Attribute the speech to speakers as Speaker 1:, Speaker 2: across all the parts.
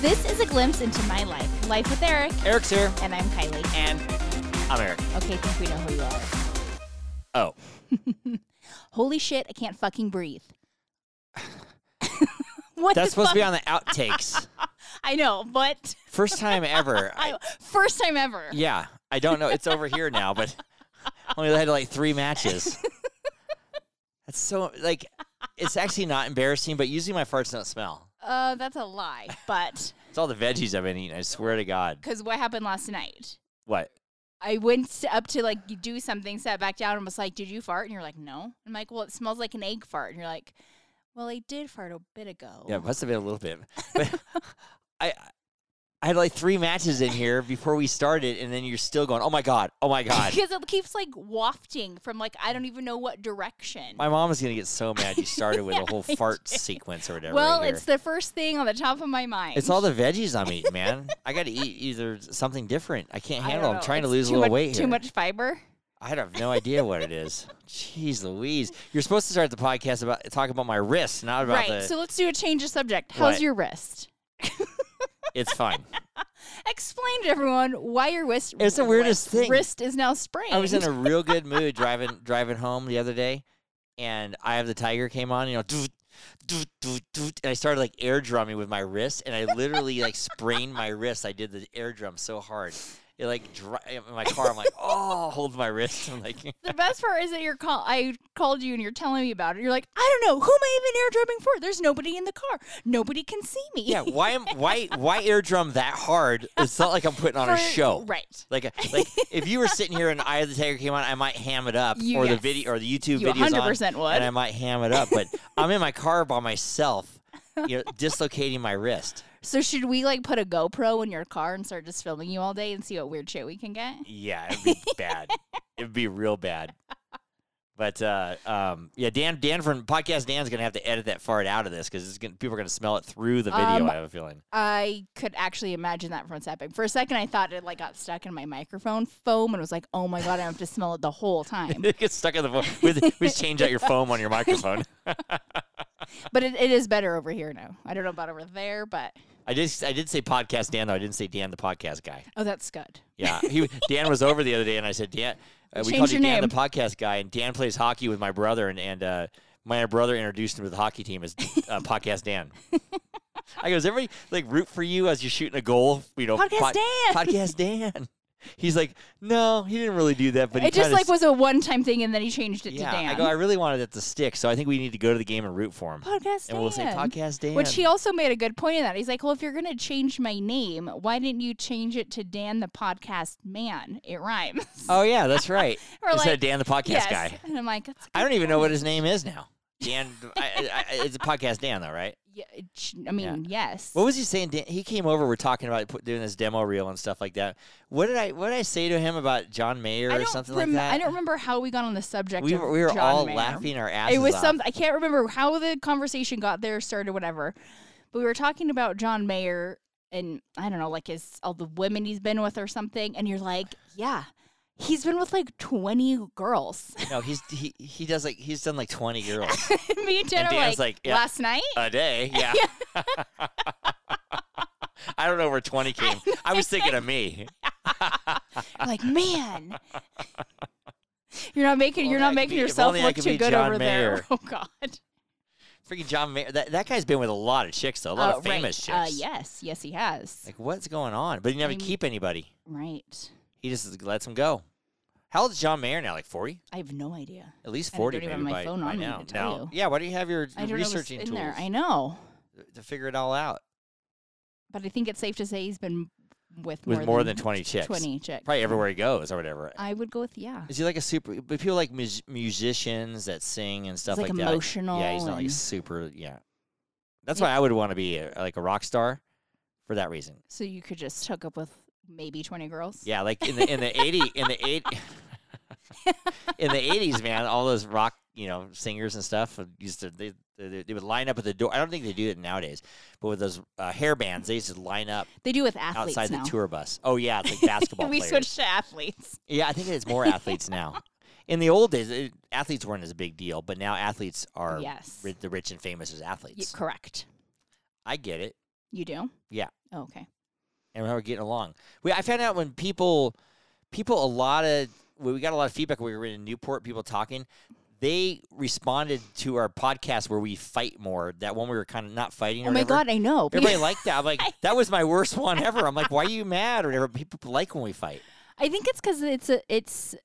Speaker 1: This is a glimpse into my life, life with Eric,
Speaker 2: Eric's here,
Speaker 1: and I'm Kylie.
Speaker 2: and I'm Eric.
Speaker 1: Okay, I think we know who you are.
Speaker 2: Oh,
Speaker 1: Holy shit, I can't fucking breathe. what
Speaker 2: that's
Speaker 1: the fuck?
Speaker 2: supposed to be on the outtakes.
Speaker 1: I know, but
Speaker 2: First time ever. I-
Speaker 1: I, first time ever.
Speaker 2: yeah, I don't know. It's over here now, but only had like three matches. That's so like, it's actually not embarrassing, but usually my farts don't smell.
Speaker 1: Uh, that's a lie, but
Speaker 2: It's all the veggies I've been eating. I swear to God.
Speaker 1: because what happened last night?
Speaker 2: What?
Speaker 1: I went s- up to like do something, sat back down, and was like, "Did you fart?" And you're like, "No." I'm like, "Well, it smells like an egg fart." And you're like, "Well, I did fart a bit ago."
Speaker 2: Yeah, it must have been a little bit. But I, I had like three matches in here before we started, and then you're still going, "Oh my God! Oh my God!"
Speaker 1: because it keeps like wafting from like I don't even know what direction.
Speaker 2: My mom is gonna get so mad you started with a whole
Speaker 1: I
Speaker 2: fart
Speaker 1: did.
Speaker 2: sequence or whatever.
Speaker 1: well,
Speaker 2: right here.
Speaker 1: it's the first thing on the top of my mind.
Speaker 2: It's all the veggies I'm eating, man. I got to eat either something different. I can't
Speaker 1: I
Speaker 2: handle.
Speaker 1: don't
Speaker 2: I'm
Speaker 1: know,
Speaker 2: trying to
Speaker 1: it's
Speaker 2: lose a
Speaker 1: too
Speaker 2: little
Speaker 1: much-
Speaker 2: weight
Speaker 1: Too
Speaker 2: here.
Speaker 1: much fiber.
Speaker 2: I have no idea what it is. Jeez Louise, you're supposed to start the podcast about talking about my wrist, not about
Speaker 1: Right.
Speaker 2: the.
Speaker 1: So let's do a change of subject. How's
Speaker 2: What?
Speaker 1: your wrist?
Speaker 2: it's fine.
Speaker 1: Explain to everyone why your wrist.
Speaker 2: It's the weirdest
Speaker 1: wrist,
Speaker 2: thing.
Speaker 1: Wrist is now sprained.
Speaker 2: I was in a real good mood driving driving home the other day, and I have the tiger came on. You know, doot, doot, doot, doot, and I started like air drumming with my wrist, and I literally like sprained my wrist. I did the air drum so hard, it like dri- in my car. I'm like, oh, hold my wrist. I'm like,
Speaker 1: the best part is that you're call. I called you and you're telling me about it. You're like, I don't know who am I even air drumming for. There's nobody in the car. Nobody can see me.
Speaker 2: yeah, why am why why air drum that hard? It's not like I'm putting on a
Speaker 1: For-
Speaker 2: show.
Speaker 1: Right.
Speaker 2: Like, a- like if you were sitting here and Eye of the Tiger came on, I might ham it up,
Speaker 1: You-
Speaker 2: or the
Speaker 1: yes.
Speaker 2: video, or the YouTube
Speaker 1: You
Speaker 2: videos on,
Speaker 1: 100% would.
Speaker 2: and I might ham it up. But I'm in my car by myself, you know, dislocating my wrist.
Speaker 1: So should we like put a GoPro in your car and start just filming you all day and see what weird shit we can get?
Speaker 2: Yeah, it'd be bad. It'd be real bad. But uh, um, yeah, Dan, Dan from podcast Dan's gonna have to edit that fart out of this because people are gonna smell it through the video.
Speaker 1: Um,
Speaker 2: I have a feeling.
Speaker 1: I could actually imagine that from what's happening. For a second, I thought it like got stuck in my microphone foam and was like, "Oh my god, I have to smell it the whole time."
Speaker 2: it gets stuck in the phone. We just- we just change out your foam on your microphone.
Speaker 1: but it, it is better over here now. I don't know about over there, but
Speaker 2: I did. I did say podcast Dan though. I didn't say Dan the podcast guy.
Speaker 1: oh, that's good.
Speaker 2: Yeah, he Dan was over the other day, and I said Dan. Uh, we
Speaker 1: Change
Speaker 2: called you
Speaker 1: your
Speaker 2: Dan
Speaker 1: name.
Speaker 2: the podcast guy, and Dan plays hockey with my brother, and and uh, my brother introduced him to the hockey team as uh, podcast Dan. I go, does everybody like root for you as you're shooting a goal? You know,
Speaker 1: Podcast
Speaker 2: pod-
Speaker 1: Dan."
Speaker 2: podcast Dan. He's like, no, he didn't really do that, but he
Speaker 1: it just
Speaker 2: kinda
Speaker 1: like
Speaker 2: s-
Speaker 1: was a one-time thing, and then he changed it
Speaker 2: yeah.
Speaker 1: to Dan.
Speaker 2: I go, I really wanted it to stick, so I think we need to go to the game and root for him,
Speaker 1: podcast
Speaker 2: and we'll say
Speaker 1: Dan.
Speaker 2: podcast Dan.
Speaker 1: Which he also made a good point in that. He's like, well, if you're going to change my name, why didn't you change it to Dan the Podcast Man? It rhymes.
Speaker 2: Oh yeah, that's right.
Speaker 1: Or
Speaker 2: Instead
Speaker 1: like,
Speaker 2: of Dan the podcast
Speaker 1: yes.
Speaker 2: guy.
Speaker 1: And I'm like, that's a
Speaker 2: I
Speaker 1: good
Speaker 2: don't even
Speaker 1: point.
Speaker 2: know what his name is now. Dan, I, I, I- it's a podcast Dan though, right?
Speaker 1: Yeah, it sh- I mean, yes.
Speaker 2: What was he saying? Dan, he came over. We're talking about put- doing this demo reel and stuff like that. What did I What did I say to him about John Mayer
Speaker 1: I
Speaker 2: or
Speaker 1: don't
Speaker 2: something
Speaker 1: rem-
Speaker 2: like that?
Speaker 1: I don't remember how we got on the subject.
Speaker 2: we
Speaker 1: of
Speaker 2: were, we were
Speaker 1: John
Speaker 2: all
Speaker 1: Mayer.
Speaker 2: laughing our asses
Speaker 1: It was
Speaker 2: off.
Speaker 1: some. I can't remember how the conversation got there, started, whatever. But we were talking about John Mayer and I don't know, like his all the women he's been with or something. And you're like, yeah, he's been with like 20 girls.
Speaker 2: No, he's he he does like he's done like twenty girls
Speaker 1: Me and Jen
Speaker 2: And
Speaker 1: are
Speaker 2: Dan's
Speaker 1: like,
Speaker 2: like, yeah.
Speaker 1: last night.
Speaker 2: a day. Yeah. I don't know where twenty came. I was thinking of me.
Speaker 1: You're like, man, you're not making
Speaker 2: If
Speaker 1: you're
Speaker 2: only I
Speaker 1: not
Speaker 2: could
Speaker 1: making
Speaker 2: be- if
Speaker 1: yourself
Speaker 2: only I
Speaker 1: look
Speaker 2: could
Speaker 1: too
Speaker 2: be
Speaker 1: good
Speaker 2: John
Speaker 1: over
Speaker 2: Mayer.
Speaker 1: there. Oh God.
Speaker 2: Freaking John Mayer. That that guy's been with a lot of chicks though. A lot
Speaker 1: Uh,
Speaker 2: of famous
Speaker 1: right.
Speaker 2: chicks.
Speaker 1: Uh, yes, yes, he has.
Speaker 2: Like what's going on? But he never
Speaker 1: mean-
Speaker 2: keep anybody.
Speaker 1: right.
Speaker 2: He just lets him go. How old is John Mayer now? Like forty?
Speaker 1: I have no idea.
Speaker 2: At least
Speaker 1: I don't
Speaker 2: forty.
Speaker 1: even have
Speaker 2: maybe
Speaker 1: my
Speaker 2: by-
Speaker 1: phone
Speaker 2: by
Speaker 1: on me to
Speaker 2: now.
Speaker 1: tell
Speaker 2: Now-
Speaker 1: you.
Speaker 2: Yeah. Why do you have your
Speaker 1: I don't
Speaker 2: researching
Speaker 1: know what's in
Speaker 2: tools
Speaker 1: there. I know,
Speaker 2: to figure it all out
Speaker 1: but I think it's safe to say he's been with
Speaker 2: with
Speaker 1: more,
Speaker 2: more than, twenty chicks?
Speaker 1: 20 chicks.
Speaker 2: Probably everywhere he goes or whatever.
Speaker 1: I would go with yeah.
Speaker 2: Is he like a super? But people like mus- musicians that sing and stuff
Speaker 1: like,
Speaker 2: that. like-
Speaker 1: emotional.
Speaker 2: yeah, he's not like
Speaker 1: and-
Speaker 2: super. Yeah. That's
Speaker 1: Yeah.
Speaker 2: why I would want to be a, like a rock star, for that reason.
Speaker 1: so you could just hook up with maybe twenty girls.
Speaker 2: Yeah, like in the in the eighty in the eight in the eighties, man, all those rock you know singers and stuff would used to they, they they would line up at the door. I don't think they do it nowadays, but with those uh, hair bands, they used to line up
Speaker 1: they do with athletes
Speaker 2: outside
Speaker 1: now.
Speaker 2: the tour bus. Oh yeah, it's like basketball
Speaker 1: we
Speaker 2: players.
Speaker 1: switched to athletes.
Speaker 2: Yeah, I think it's more athletes now. In the old days, it, athletes weren't as a big deal, but now athletes are
Speaker 1: yes,
Speaker 2: ri- the rich and famous as
Speaker 1: Y-
Speaker 2: athletes.
Speaker 1: correct.
Speaker 2: I get it.
Speaker 1: You do.
Speaker 2: Yeah.
Speaker 1: Oh, okay.
Speaker 2: and how we're getting along. We I found out when people people a lot of when we got a lot of feedback when we were in Newport, people talking, they responded to our podcast where we fight more. That one we were kind of not fighting. or
Speaker 1: oh my
Speaker 2: whatever.
Speaker 1: god, I know.
Speaker 2: Everybody liked that. I'm like, that was my worst one ever. I'm like, why are you mad? Or whatever. People like when we fight.
Speaker 1: I think it's because it's a it's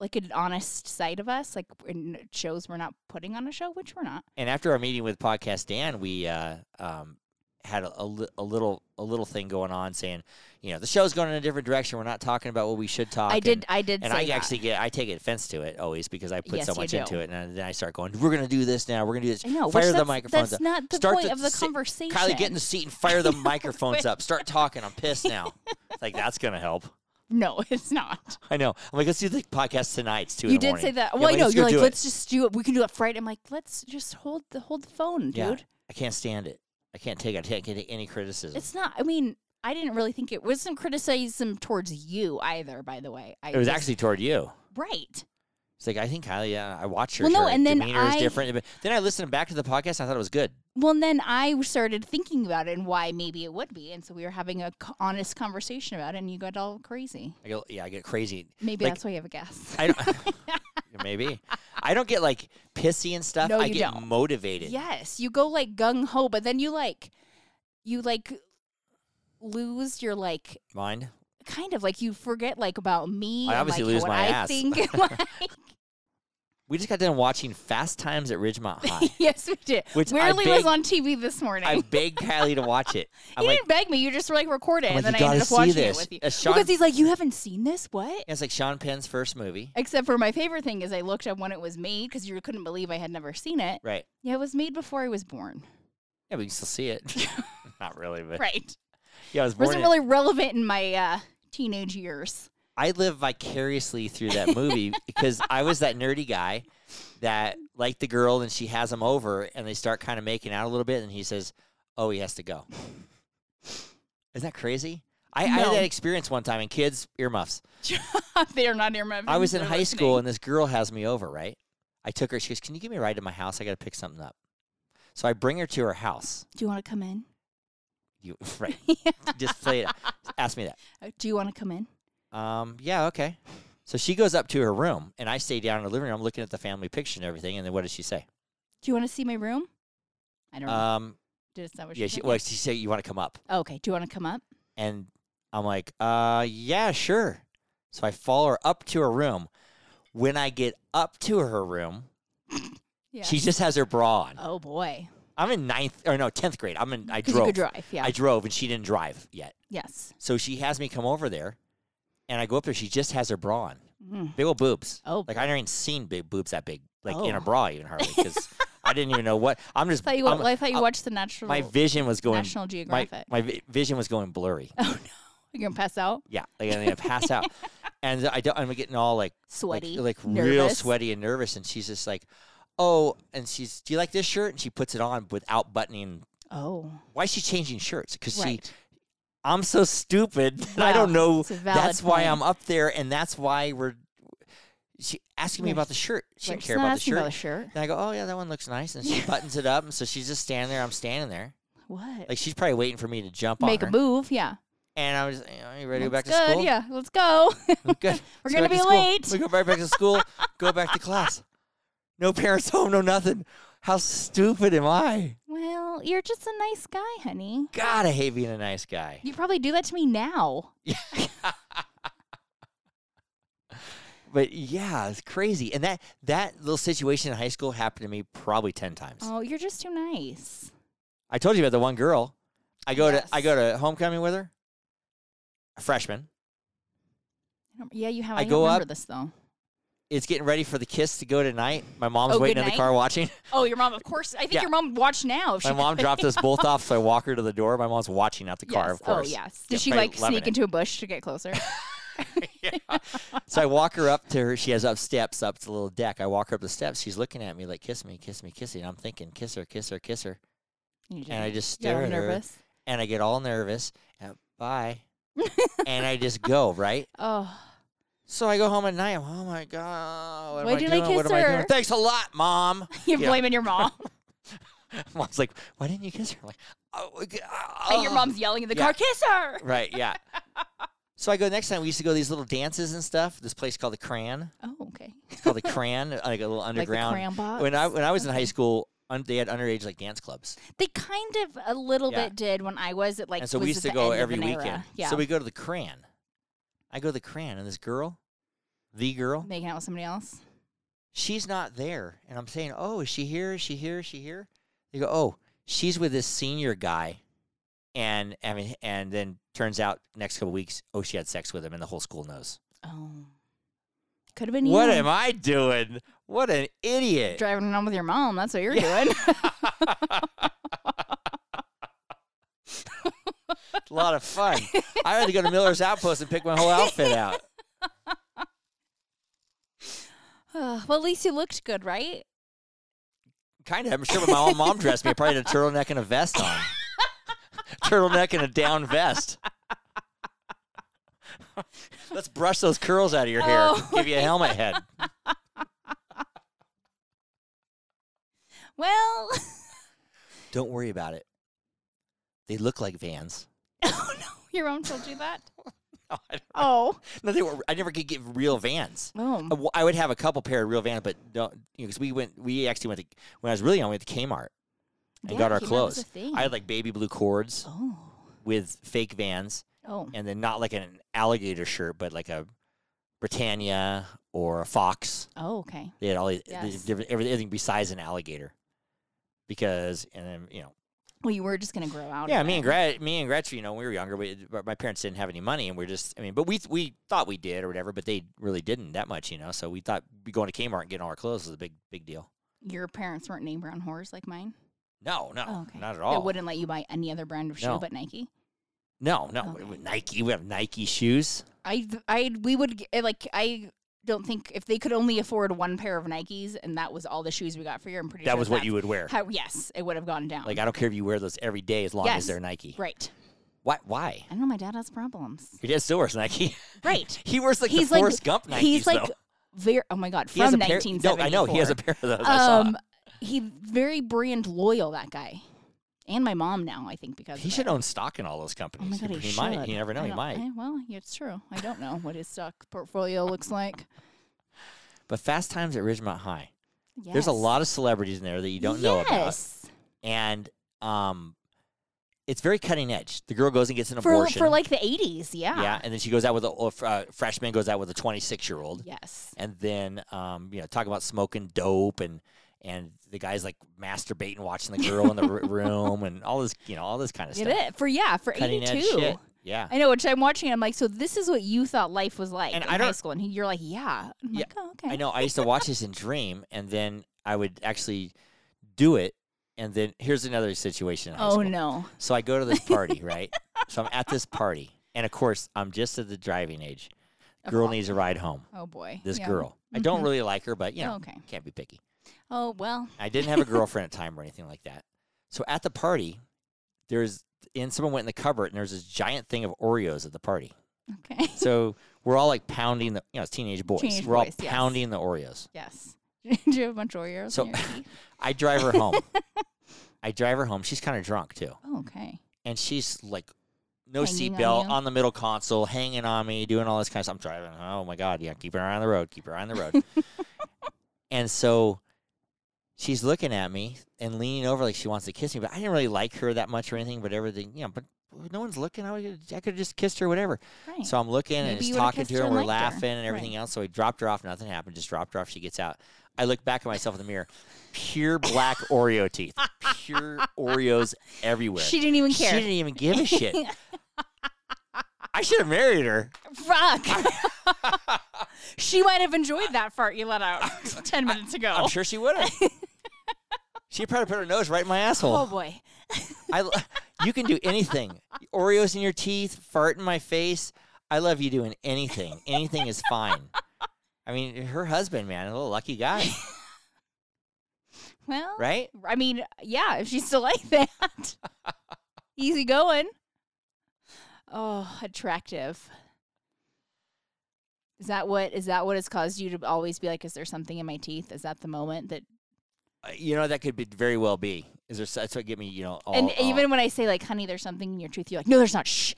Speaker 1: like an honest side of us. Like in shows we're not putting on a show, which we're not.
Speaker 2: And after our meeting with Podcast Dan, we uh, um, had a, a, li- a little a little thing going on saying, you know, the show's going in a different direction. We're not talking about what we should talk.
Speaker 1: I
Speaker 2: and-
Speaker 1: did. I did.
Speaker 2: and
Speaker 1: say
Speaker 2: I
Speaker 1: that.
Speaker 2: actually get I take offense to it always because I put
Speaker 1: Yes,
Speaker 2: so
Speaker 1: you
Speaker 2: much
Speaker 1: do.
Speaker 2: into it, and then I start going, "We're gonna do this now. We're gonna do this."
Speaker 1: I know. which
Speaker 2: Fire the
Speaker 1: that's-
Speaker 2: microphones
Speaker 1: That's
Speaker 2: up.
Speaker 1: not the
Speaker 2: Start
Speaker 1: point
Speaker 2: the
Speaker 1: of the
Speaker 2: si-
Speaker 1: conversation.
Speaker 2: Kylie, get in the seat and fire the microphones up. Start talking. I'm pissed now. It's like that's gonna help.
Speaker 1: no, it's not.
Speaker 2: I know. I'm like, let's do the podcast tonight. It's two.
Speaker 1: You
Speaker 2: in the
Speaker 1: did
Speaker 2: morning.
Speaker 1: say that.
Speaker 2: Yeah,
Speaker 1: well, I
Speaker 2: like,
Speaker 1: know.
Speaker 2: let's
Speaker 1: You're
Speaker 2: go
Speaker 1: like,
Speaker 2: do it.
Speaker 1: let's just do it. We can do it Friday. I'm like, let's just hold the hold the phone, dude.
Speaker 2: Yeah. I can't stand it. I can't take. it. I can't get any criticism.
Speaker 1: It's not. I mean, I didn't really think it wasn't criticism towards you either. By the way, I
Speaker 2: it was
Speaker 1: just-
Speaker 2: actually toward you.
Speaker 1: right.
Speaker 2: It's like I think Kylie. Yeah, I watched her.
Speaker 1: Well, no,
Speaker 2: her
Speaker 1: and then
Speaker 2: demeanor is
Speaker 1: I-
Speaker 2: different. But then I listened back to the podcast. And I thought it was good.
Speaker 1: Well, and then I started thinking about it and why maybe it would be, and so we were having a co- honest conversation about it, and you got all crazy.
Speaker 2: I go, yeah, I get crazy.
Speaker 1: Maybe
Speaker 2: Like-
Speaker 1: that's why you have a guess.
Speaker 2: I don't. maybe I don't get like pissy and stuff.
Speaker 1: No,
Speaker 2: I
Speaker 1: you
Speaker 2: get
Speaker 1: don't.
Speaker 2: motivated.
Speaker 1: Yes, you go like gung ho, but then you like, you like lose your like
Speaker 2: Mind?
Speaker 1: kind of like you forget like about me.
Speaker 2: I
Speaker 1: and,
Speaker 2: obviously
Speaker 1: like,
Speaker 2: lose
Speaker 1: what
Speaker 2: my
Speaker 1: I
Speaker 2: ass.
Speaker 1: think. and, like-
Speaker 2: We just got done watching Fast Times at Ridgemont High.
Speaker 1: yes, we did.
Speaker 2: Which I
Speaker 1: Weirdly was
Speaker 2: beg-
Speaker 1: on TV this morning.
Speaker 2: I begged Kylie to watch it. I'm
Speaker 1: you
Speaker 2: like,
Speaker 1: didn't beg me. You just were like record it,
Speaker 2: I'm
Speaker 1: and
Speaker 2: like,
Speaker 1: then
Speaker 2: you
Speaker 1: I ended
Speaker 2: gotta
Speaker 1: up
Speaker 2: see
Speaker 1: watching
Speaker 2: this.
Speaker 1: it with you
Speaker 2: Uh, Sean-
Speaker 1: because he's like, "You haven't seen this? What?"
Speaker 2: it's like Sean Penn's first movie,
Speaker 1: Except for my favorite thing is I looked up when it was made because you couldn't believe I had never seen it.
Speaker 2: right?
Speaker 1: Yeah, it was made before I was born.
Speaker 2: Yeah, we can still see it. Not really, but
Speaker 1: Right.
Speaker 2: yeah, I was born.
Speaker 1: Wasn't
Speaker 2: in-
Speaker 1: really relevant in my uh, teenage years.
Speaker 2: I live vicariously through that movie because I was that nerdy guy that liked the girl and she has him over and they start kind of making out a little bit and he says, "Oh, he has to go." Isn't that crazy? I, I
Speaker 1: No.
Speaker 2: had that experience one time, and kids earmuffs.
Speaker 1: they are not earmuffs.
Speaker 2: I was in high school and this girl has me over, right? I took her, she goes, Can you give me a ride to my house? I gotta pick something up. So I bring her to her house.
Speaker 1: Do you want to come in?
Speaker 2: You right. Just play it. out. Ask me that.
Speaker 1: Uh, Do you want to come in?
Speaker 2: Um, yeah, okay. So she goes up to her room and I stay down in the living room looking at the family picture and everything, and then what does she say?
Speaker 1: Do you want to see my room? I don't know.
Speaker 2: Um
Speaker 1: Did it's not what
Speaker 2: yeah,
Speaker 1: she
Speaker 2: she
Speaker 1: said?
Speaker 2: well, she said you wanna come up.
Speaker 1: Oh, okay. Do you want to come up?
Speaker 2: And I'm like, uh yeah, sure. So I follow her up to her room. When I get up to her room,
Speaker 1: Yeah.
Speaker 2: she just has her bra on.
Speaker 1: oh boy.
Speaker 2: I'm in ninth or no, tenth grade. I'm in I
Speaker 1: 'Cause
Speaker 2: drove.
Speaker 1: You could drive. Yeah.
Speaker 2: I drove and she didn't drive yet.
Speaker 1: yes.
Speaker 2: So she has me come over there and I go up there. She just has her bra on.
Speaker 1: Mm.
Speaker 2: Big old boobs.
Speaker 1: Oh,
Speaker 2: Like I never even seen big boobs that big, like in
Speaker 1: Oh.
Speaker 2: a bra even hardly because I didn't even know what. I'm just,
Speaker 1: thought you, wa-
Speaker 2: I'm-
Speaker 1: I thought you
Speaker 2: I'm-
Speaker 1: watched the natural
Speaker 2: my vision was going,
Speaker 1: National
Speaker 2: my,
Speaker 1: Geographic.
Speaker 2: my vi- vision was going blurry.
Speaker 1: oh no, you're gonna pass out,
Speaker 2: Yeah. Like I'm going to pass out. And I don't, I'm getting all like, like,
Speaker 1: sweaty,
Speaker 2: like real
Speaker 1: nervous.
Speaker 2: sweaty and nervous. And she's just like, oh, and she's, do you like this shirt? And she puts it on without buttoning.
Speaker 1: Oh,
Speaker 2: Why is she changing shirts? Because she,
Speaker 1: right.
Speaker 2: I'm so stupid that I
Speaker 1: Wow,
Speaker 2: don't know.
Speaker 1: it's a valid
Speaker 2: That's why
Speaker 1: point.
Speaker 2: I'm up there, and that's why we're. She asking me
Speaker 1: Right.
Speaker 2: about the shirt. She
Speaker 1: Right,
Speaker 2: didn't
Speaker 1: she's
Speaker 2: care
Speaker 1: not
Speaker 2: about the
Speaker 1: asking
Speaker 2: shirt.
Speaker 1: About the shirt.
Speaker 2: and I go, oh yeah, that one looks nice, and she
Speaker 1: Yeah.
Speaker 2: buttons it up, and so she's just standing there. I'm standing there,
Speaker 1: What?
Speaker 2: like she's probably waiting for me to jump
Speaker 1: Make
Speaker 2: on
Speaker 1: a
Speaker 2: her.
Speaker 1: move, yeah.
Speaker 2: And I was, you know, you ready to go back
Speaker 1: Looks
Speaker 2: to
Speaker 1: good,
Speaker 2: school?
Speaker 1: yeah. Let's go. We're
Speaker 2: We're good. Let's go
Speaker 1: gonna
Speaker 2: back to
Speaker 1: be
Speaker 2: school.
Speaker 1: late.
Speaker 2: We go right back to school. go back to class. No parents home. No nothing. How stupid am I?
Speaker 1: well, you're just a nice guy, honey.
Speaker 2: God, I hate being a nice guy.
Speaker 1: You probably do that to me now.
Speaker 2: But yeah, it's crazy. And that that little situation in high school happened to me probably ten times.
Speaker 1: Oh, you're just too nice.
Speaker 2: I told you about the one girl. I go to I
Speaker 1: Yes.
Speaker 2: go to homecoming with her. A freshman.
Speaker 1: I don't- Yeah, you have.
Speaker 2: I
Speaker 1: I, don't
Speaker 2: go
Speaker 1: remember
Speaker 2: up-
Speaker 1: this though.
Speaker 2: It's getting ready for the kiss to go tonight. My mom's
Speaker 1: Oh,
Speaker 2: waiting
Speaker 1: good
Speaker 2: in the
Speaker 1: night?
Speaker 2: car watching.
Speaker 1: Oh, your mom. Of course. I think
Speaker 2: Yeah.
Speaker 1: your mom would watch now. If she
Speaker 2: My mom
Speaker 1: could.
Speaker 2: dropped us both off, so I walk her to the door. My mom's watching out the car,
Speaker 1: Yes.
Speaker 2: of course.
Speaker 1: Oh yes. Did
Speaker 2: Yeah,
Speaker 1: she
Speaker 2: probably
Speaker 1: like
Speaker 2: loving
Speaker 1: sneak
Speaker 2: it.
Speaker 1: into a bush to get closer?
Speaker 2: yeah. So I walk her up to her. She has up steps up to the little deck. I walk her up the steps. She's looking at me like, kiss me, kiss me, kiss me. And I'm thinking, kiss her, kiss her, kiss her.
Speaker 1: You
Speaker 2: And I
Speaker 1: didn't.
Speaker 2: just
Speaker 1: Yeah,
Speaker 2: stare
Speaker 1: I'm
Speaker 2: at her.
Speaker 1: nervous.
Speaker 2: and I get all nervous. And bye. and I just go, right?
Speaker 1: Oh,
Speaker 2: So I go home at night. I'm, oh my God. What
Speaker 1: Why
Speaker 2: am I
Speaker 1: didn't I
Speaker 2: doing? what
Speaker 1: kiss
Speaker 2: am I doing?
Speaker 1: her?
Speaker 2: Thanks a lot, Mom.
Speaker 1: you're
Speaker 2: Yeah.
Speaker 1: blaming your mom.
Speaker 2: Mom's like, why didn't you kiss her? I'm like, oh, okay, ah,
Speaker 1: And your
Speaker 2: ah."
Speaker 1: mom's yelling in the
Speaker 2: Yeah.
Speaker 1: car, kiss her.
Speaker 2: Right, yeah. so I go next time. We used to go to these little dances and stuff. This place called the Cran.
Speaker 1: Oh, okay.
Speaker 2: It's called the Cran, like a little
Speaker 1: Like the
Speaker 2: underground.
Speaker 1: cram box.
Speaker 2: when I when I was in high school, un- they had underage like dance clubs,
Speaker 1: they kind of a little
Speaker 2: Yeah.
Speaker 1: bit did when I was at like.
Speaker 2: and so
Speaker 1: was
Speaker 2: we used
Speaker 1: at the
Speaker 2: to go
Speaker 1: end of
Speaker 2: every
Speaker 1: an era.
Speaker 2: weekend.
Speaker 1: Yeah.
Speaker 2: So we go to the Cran. I go to the Cran, and this girl, the girl,
Speaker 1: making out with somebody else.
Speaker 2: she's not there. And I'm saying, oh, is she here? Is she here? Is she here? They go, oh, she's with this senior guy. And I mean, and then turns out next couple weeks, oh, she had sex with him, and the whole school knows.
Speaker 1: Oh, could have been.
Speaker 2: What
Speaker 1: you.
Speaker 2: am I doing? What an idiot!
Speaker 1: driving around with your mom? That's what you're doing.
Speaker 2: It's a lot of fun. I had to go to Miller's Outpost and pick my whole outfit out.
Speaker 1: Ugh, well, at least you looked good, right?
Speaker 2: Kind of. I'm sure, but my own mom dressed me. I Probably had a turtleneck and a vest on. turtleneck and a down vest. Let's brush those curls out of your hair.
Speaker 1: Oh
Speaker 2: Give you a helmet head.
Speaker 1: Well,
Speaker 2: Don't worry about it. They look like vans.
Speaker 1: oh no, your mom told you that.
Speaker 2: No, I, don't-
Speaker 1: Oh,
Speaker 2: no, they were. I never could get real vans. I
Speaker 1: oh,
Speaker 2: w- I would have a couple pair of real vans, but don't you know, 'cause we went. We actually went to when I was really young. We went to Kmart and
Speaker 1: Yeah,
Speaker 2: got our
Speaker 1: Kmart was a
Speaker 2: clothes.
Speaker 1: thing.
Speaker 2: I had like baby blue cords
Speaker 1: oh,
Speaker 2: with fake vans,
Speaker 1: oh,
Speaker 2: and then not like an alligator shirt, but like a Britannia or a fox.
Speaker 1: oh, okay.
Speaker 2: They had all these,
Speaker 1: Yes.
Speaker 2: these different everything besides an alligator, because and then you know
Speaker 1: Well, you were just gonna grow out.
Speaker 2: yeah
Speaker 1: of
Speaker 2: me and
Speaker 1: it.
Speaker 2: Gret me and Gretchen you know when we were younger we, but my parents didn't have any money and we are just I mean but we th- we thought we did or whatever but they really didn't that much you know so we thought be going to Kmart and getting all our clothes was a big big deal.
Speaker 1: Your parents weren't name brand whores like mine.
Speaker 2: No, no,
Speaker 1: Oh, okay.
Speaker 2: not at
Speaker 1: They
Speaker 2: all.
Speaker 1: wouldn't let you buy any other brand of shoe
Speaker 2: No.
Speaker 1: but Nike.
Speaker 2: No, no.
Speaker 1: Oh, Okay.
Speaker 2: with Nike, we have Nike shoes.
Speaker 1: I, I, we would g- eh, like. I don't think if they could only afford one pair of Nikes and that was all the shoes we got for you. I'm pretty
Speaker 2: That
Speaker 1: sure
Speaker 2: was what
Speaker 1: that's
Speaker 2: you would wear.
Speaker 1: How, yes, it would have gone down.
Speaker 2: Like I don't care if you wear those every day as long as
Speaker 1: Yes.
Speaker 2: they're Nike.
Speaker 1: right.
Speaker 2: Why? Why?
Speaker 1: I don't know. My dad has problems.
Speaker 2: Your dad still wears Nike.
Speaker 1: Right.
Speaker 2: he wears like
Speaker 1: He's
Speaker 2: the
Speaker 1: like-
Speaker 2: Forrest Gump Nikes.
Speaker 1: He's like
Speaker 2: though.
Speaker 1: very. Oh my god,
Speaker 2: he has
Speaker 1: from
Speaker 2: a pair.
Speaker 1: 1974.
Speaker 2: No, I know he has a pair of those. I saw.
Speaker 1: Um, he very brand loyal. That guy, and my mom now. I think because
Speaker 2: He
Speaker 1: of
Speaker 2: should
Speaker 1: it.
Speaker 2: own stock in all those
Speaker 1: Oh
Speaker 2: companies.
Speaker 1: my god, he, should.
Speaker 2: might. You never know.
Speaker 1: I
Speaker 2: He
Speaker 1: don't-
Speaker 2: might.
Speaker 1: I- well, yeah, it's true. I don't know what his stock portfolio looks like.
Speaker 2: But Fast Times at Ridgemont High. There's a
Speaker 1: Yes.
Speaker 2: lot of celebrities in there that you don't know about,
Speaker 1: Yes.
Speaker 2: and um, it's very cutting edge. The girl goes and gets an
Speaker 1: for
Speaker 2: abortion.
Speaker 1: for like the 80s. Yeah.
Speaker 2: yeah, and then she goes out with a or, uh, freshman goes out with a 26 year old.
Speaker 1: Yes.
Speaker 2: and then um, you know talking about smoking dope and and the guys like masturbating watching the girl in the r- room and all this you know all this kind of
Speaker 1: Get
Speaker 2: stuff.
Speaker 1: it for yeah for
Speaker 2: Cutting edge
Speaker 1: 82.
Speaker 2: shit. Yeah.
Speaker 1: I know, which I'm watching. I'm like, so this is what you thought life was like
Speaker 2: And
Speaker 1: in
Speaker 2: I
Speaker 1: high
Speaker 2: don't-
Speaker 1: school, and he- you're like, yeah. I'm
Speaker 2: Yeah,
Speaker 1: like, oh, okay.
Speaker 2: I know. I used to watch this and dream, and then I would actually do it. And then here's another situation. In high
Speaker 1: Oh
Speaker 2: school.
Speaker 1: no.
Speaker 2: So I go to this party, right? so I'm at this party, and of course I'm just at the driving age.
Speaker 1: Of
Speaker 2: Girl
Speaker 1: course.
Speaker 2: needs a ride home.
Speaker 1: Oh boy.
Speaker 2: This
Speaker 1: Yeah.
Speaker 2: girl. I don't
Speaker 1: Mhm.
Speaker 2: really like her, but you know,
Speaker 1: Oh, okay.
Speaker 2: can't be picky.
Speaker 1: Oh well.
Speaker 2: I didn't have a girlfriend at the time or anything like that. So at the party, there's and someone went in the cupboard and there's this giant thing of Oreos at the party.
Speaker 1: Okay.
Speaker 2: So we're all like pounding the you know, it's teenage boys.
Speaker 1: Teenage
Speaker 2: we're all
Speaker 1: boys, yes.
Speaker 2: pounding the Oreos.
Speaker 1: yes. Do you have a bunch of Oreos?
Speaker 2: So-
Speaker 1: in your teeth?
Speaker 2: I drive her home. I drive her home. She's kind of drunk too.
Speaker 1: Oh, okay.
Speaker 2: And she's like no
Speaker 1: Hanging on
Speaker 2: seatbelt
Speaker 1: you?
Speaker 2: on, the middle console, hanging on me, doing all this kind of stuff. I'm driving. Oh my God. Yeah. Keep her eye on the road. Keep her eye on the road. and so she's looking at me and leaning over like she wants to kiss me, but I didn't really like her that much or anything, but everything, you know, but no one's looking. I, would, I could have just kissed her, whatever.
Speaker 1: Right.
Speaker 2: So I'm looking and
Speaker 1: Maybe you
Speaker 2: it's
Speaker 1: would've
Speaker 2: talking
Speaker 1: kissed
Speaker 2: to her,
Speaker 1: her
Speaker 2: and
Speaker 1: and
Speaker 2: we're
Speaker 1: liked her.
Speaker 2: laughing and everything else. So I dropped her off. Nothing happened. Just dropped her off. She gets out. I look back at myself in the mirror. Pure black Oreo teeth. Pure Oreos everywhere.
Speaker 1: she didn't even
Speaker 2: She
Speaker 1: care.
Speaker 2: didn't even give a shit. I should have married her.
Speaker 1: Fuck. she might have enjoyed that fart you let out ten minutes ago.
Speaker 2: I'm sure she would have. she probably put her nose right in my asshole.
Speaker 1: Oh boy.
Speaker 2: I, lo- you can do anything. Oreos in your teeth, fart in my face. I love you doing anything. Anything is fine. I mean, her husband, man, a little lucky guy,
Speaker 1: Well.
Speaker 2: right?
Speaker 1: I mean, yeah, if she's still like that, easy going. Oh, attractive. Is that what is that what has caused you to always be like? Is there something in my teeth? Is that the moment that
Speaker 2: Uh, You know, that could be very well be. Is there? s- That's what get me. You know, all,
Speaker 1: and
Speaker 2: all-
Speaker 1: even when I say like, honey, there's something in your tooth, you're like, no, there's not. Shh.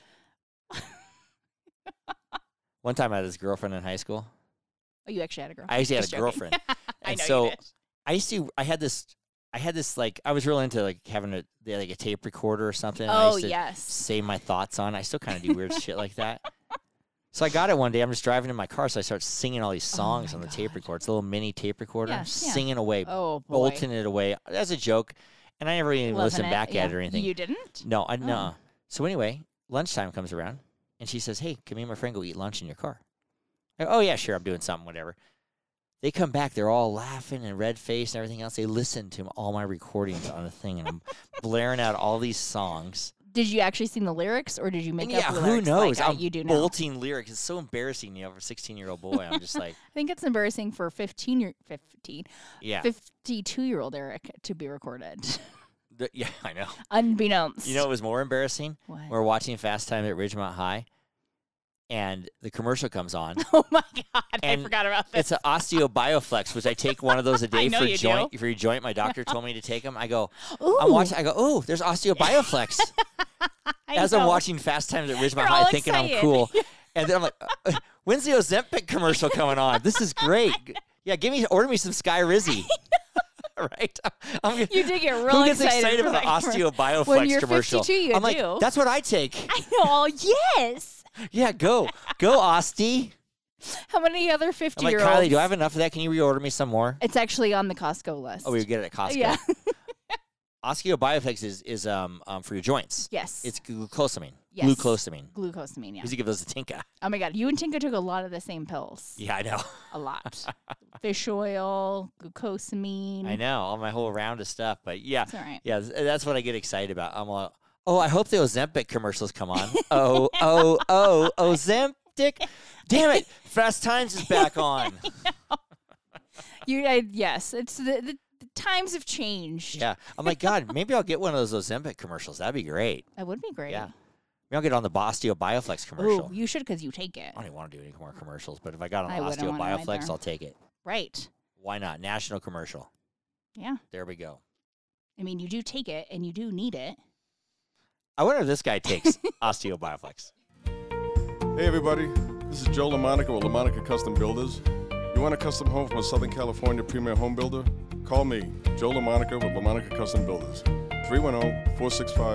Speaker 2: one time I had this girlfriend in high school.
Speaker 1: Oh, you actually had a girl.
Speaker 2: I actually had
Speaker 1: Just
Speaker 2: a
Speaker 1: joking.
Speaker 2: girlfriend.
Speaker 1: I
Speaker 2: and
Speaker 1: know you
Speaker 2: so
Speaker 1: did.
Speaker 2: I used to. I had this. I had this like I was real into like having a they had, like a tape recorder or something. and I
Speaker 1: Oh
Speaker 2: used to
Speaker 1: yes.
Speaker 2: save my thoughts on. I still kind of do weird shit like that. So I got it one day. I'm just driving in my car, so I start singing all these
Speaker 1: Oh
Speaker 2: songs
Speaker 1: my
Speaker 2: on the
Speaker 1: God.
Speaker 2: tape recorder. It's a little mini tape recorder,
Speaker 1: Yeah, yeah.
Speaker 2: singing away,
Speaker 1: Oh boy.
Speaker 2: bolting it away as a joke. And I never even
Speaker 1: Loving
Speaker 2: listened
Speaker 1: it.
Speaker 2: back
Speaker 1: Yeah.
Speaker 2: at it or anything.
Speaker 1: You didn't?
Speaker 2: no, I
Speaker 1: Oh.
Speaker 2: no. So anyway, lunchtime comes around, and she says, "Hey, can me and my friend go eat lunch in your car?" I go, oh yeah, sure. I'm doing something, whatever. They come back. They're all laughing and red faced and everything else. They listen to all my recordings on the thing, and I'm blaring out all these songs.
Speaker 1: Did you actually sing the lyrics, or did you make
Speaker 2: And
Speaker 1: up
Speaker 2: yeah, who
Speaker 1: lyrics
Speaker 2: knows?
Speaker 1: like uh,
Speaker 2: I'm
Speaker 1: you do now?
Speaker 2: bolting lyrics. It's so embarrassing, you know, for a 16 year old boy. I'm just like,
Speaker 1: I think it's embarrassing for 15 year 15
Speaker 2: yeah,
Speaker 1: 52 year old Eric to be recorded,
Speaker 2: th- yeah, I know.
Speaker 1: unbeknownst.
Speaker 2: You know, it was more embarrassing.
Speaker 1: What?
Speaker 2: We're watching Fast Time at Ridgemont High, and the commercial comes on.
Speaker 1: Oh my god! I
Speaker 2: And
Speaker 1: forgot about this.
Speaker 2: It's an osteobioflex, which I take one of those a day
Speaker 1: know
Speaker 2: for
Speaker 1: you do.
Speaker 2: joint. For your joint, my doctor told me to take them. I go,
Speaker 1: Ooh,
Speaker 2: I'm watching. I go, oh, there's osteobioflex.
Speaker 1: I
Speaker 2: As I'm
Speaker 1: know.
Speaker 2: watching Fast Times at Ridgemont
Speaker 1: You're
Speaker 2: High,
Speaker 1: all
Speaker 2: thinking
Speaker 1: excited.
Speaker 2: I'm cool, and then I'm like, uh, when's the Ozempic commercial coming on? This is great. G- Yeah, give me order me some Sky Rizzy. right? I'm gonna-
Speaker 1: you did get real
Speaker 2: who gets
Speaker 1: excited,
Speaker 2: excited
Speaker 1: for
Speaker 2: about an
Speaker 1: that commercial.
Speaker 2: osteobioflex
Speaker 1: When you're
Speaker 2: commercial?
Speaker 1: 52, you
Speaker 2: I'm like,
Speaker 1: do.
Speaker 2: that's what I take.
Speaker 1: I know. all- Yes.
Speaker 2: Yeah, go, go, Osti.
Speaker 1: How many other 50
Speaker 2: I'm like,
Speaker 1: year
Speaker 2: Kylie,
Speaker 1: olds?
Speaker 2: do I have enough of that? Can you reorder me some more?
Speaker 1: It's actually on the Costco list.
Speaker 2: Oh, we get it at Costco.
Speaker 1: Yeah.
Speaker 2: Osteobioflex is is um, um for your joints.
Speaker 1: yes.
Speaker 2: It's glucosamine.
Speaker 1: Yes.
Speaker 2: Glucosamine.
Speaker 1: glucosamine. Yeah.
Speaker 2: Because you give those to Tinka.
Speaker 1: Oh my god, you and Tinka took a lot of the same pills.
Speaker 2: Yeah, I know.
Speaker 1: A lot. Fish oil, glucosamine.
Speaker 2: I know. All my whole round of stuff. But yeah,
Speaker 1: It's all right.
Speaker 2: Yeah, th- that's what I get excited about. I'm like, oh, I hope the Ozempic commercials come on. oh, oh, oh, Ozempic. Damn it. Fast Times is back on.
Speaker 1: You, I, yes, it's the, the, the times have changed.
Speaker 2: Yeah. I'm like, God, maybe I'll get one of those Ozempic commercials. That'd be great.
Speaker 1: That would be great.
Speaker 2: Yeah. Maybe I'll get on the Osteo Bioflex commercial.
Speaker 1: Ooh, you should because you take it.
Speaker 2: I don't even want to do any more commercials, but if I got on
Speaker 1: I wouldn't
Speaker 2: Osteo
Speaker 1: want 'em
Speaker 2: Bioflex,
Speaker 1: either.
Speaker 2: I'll take it.
Speaker 1: Right.
Speaker 2: Why not? National commercial.
Speaker 1: Yeah.
Speaker 2: There we go.
Speaker 1: I mean, you do take it and you do need it.
Speaker 2: I wonder if this guy takes Osteo Bioflex.
Speaker 3: Hey everybody, this is Joe LaMonica with LaMonica Custom Builders. You want a custom home from a Southern California premier home builder? Call me, Joe LaMonica with LaMonica Custom Builders,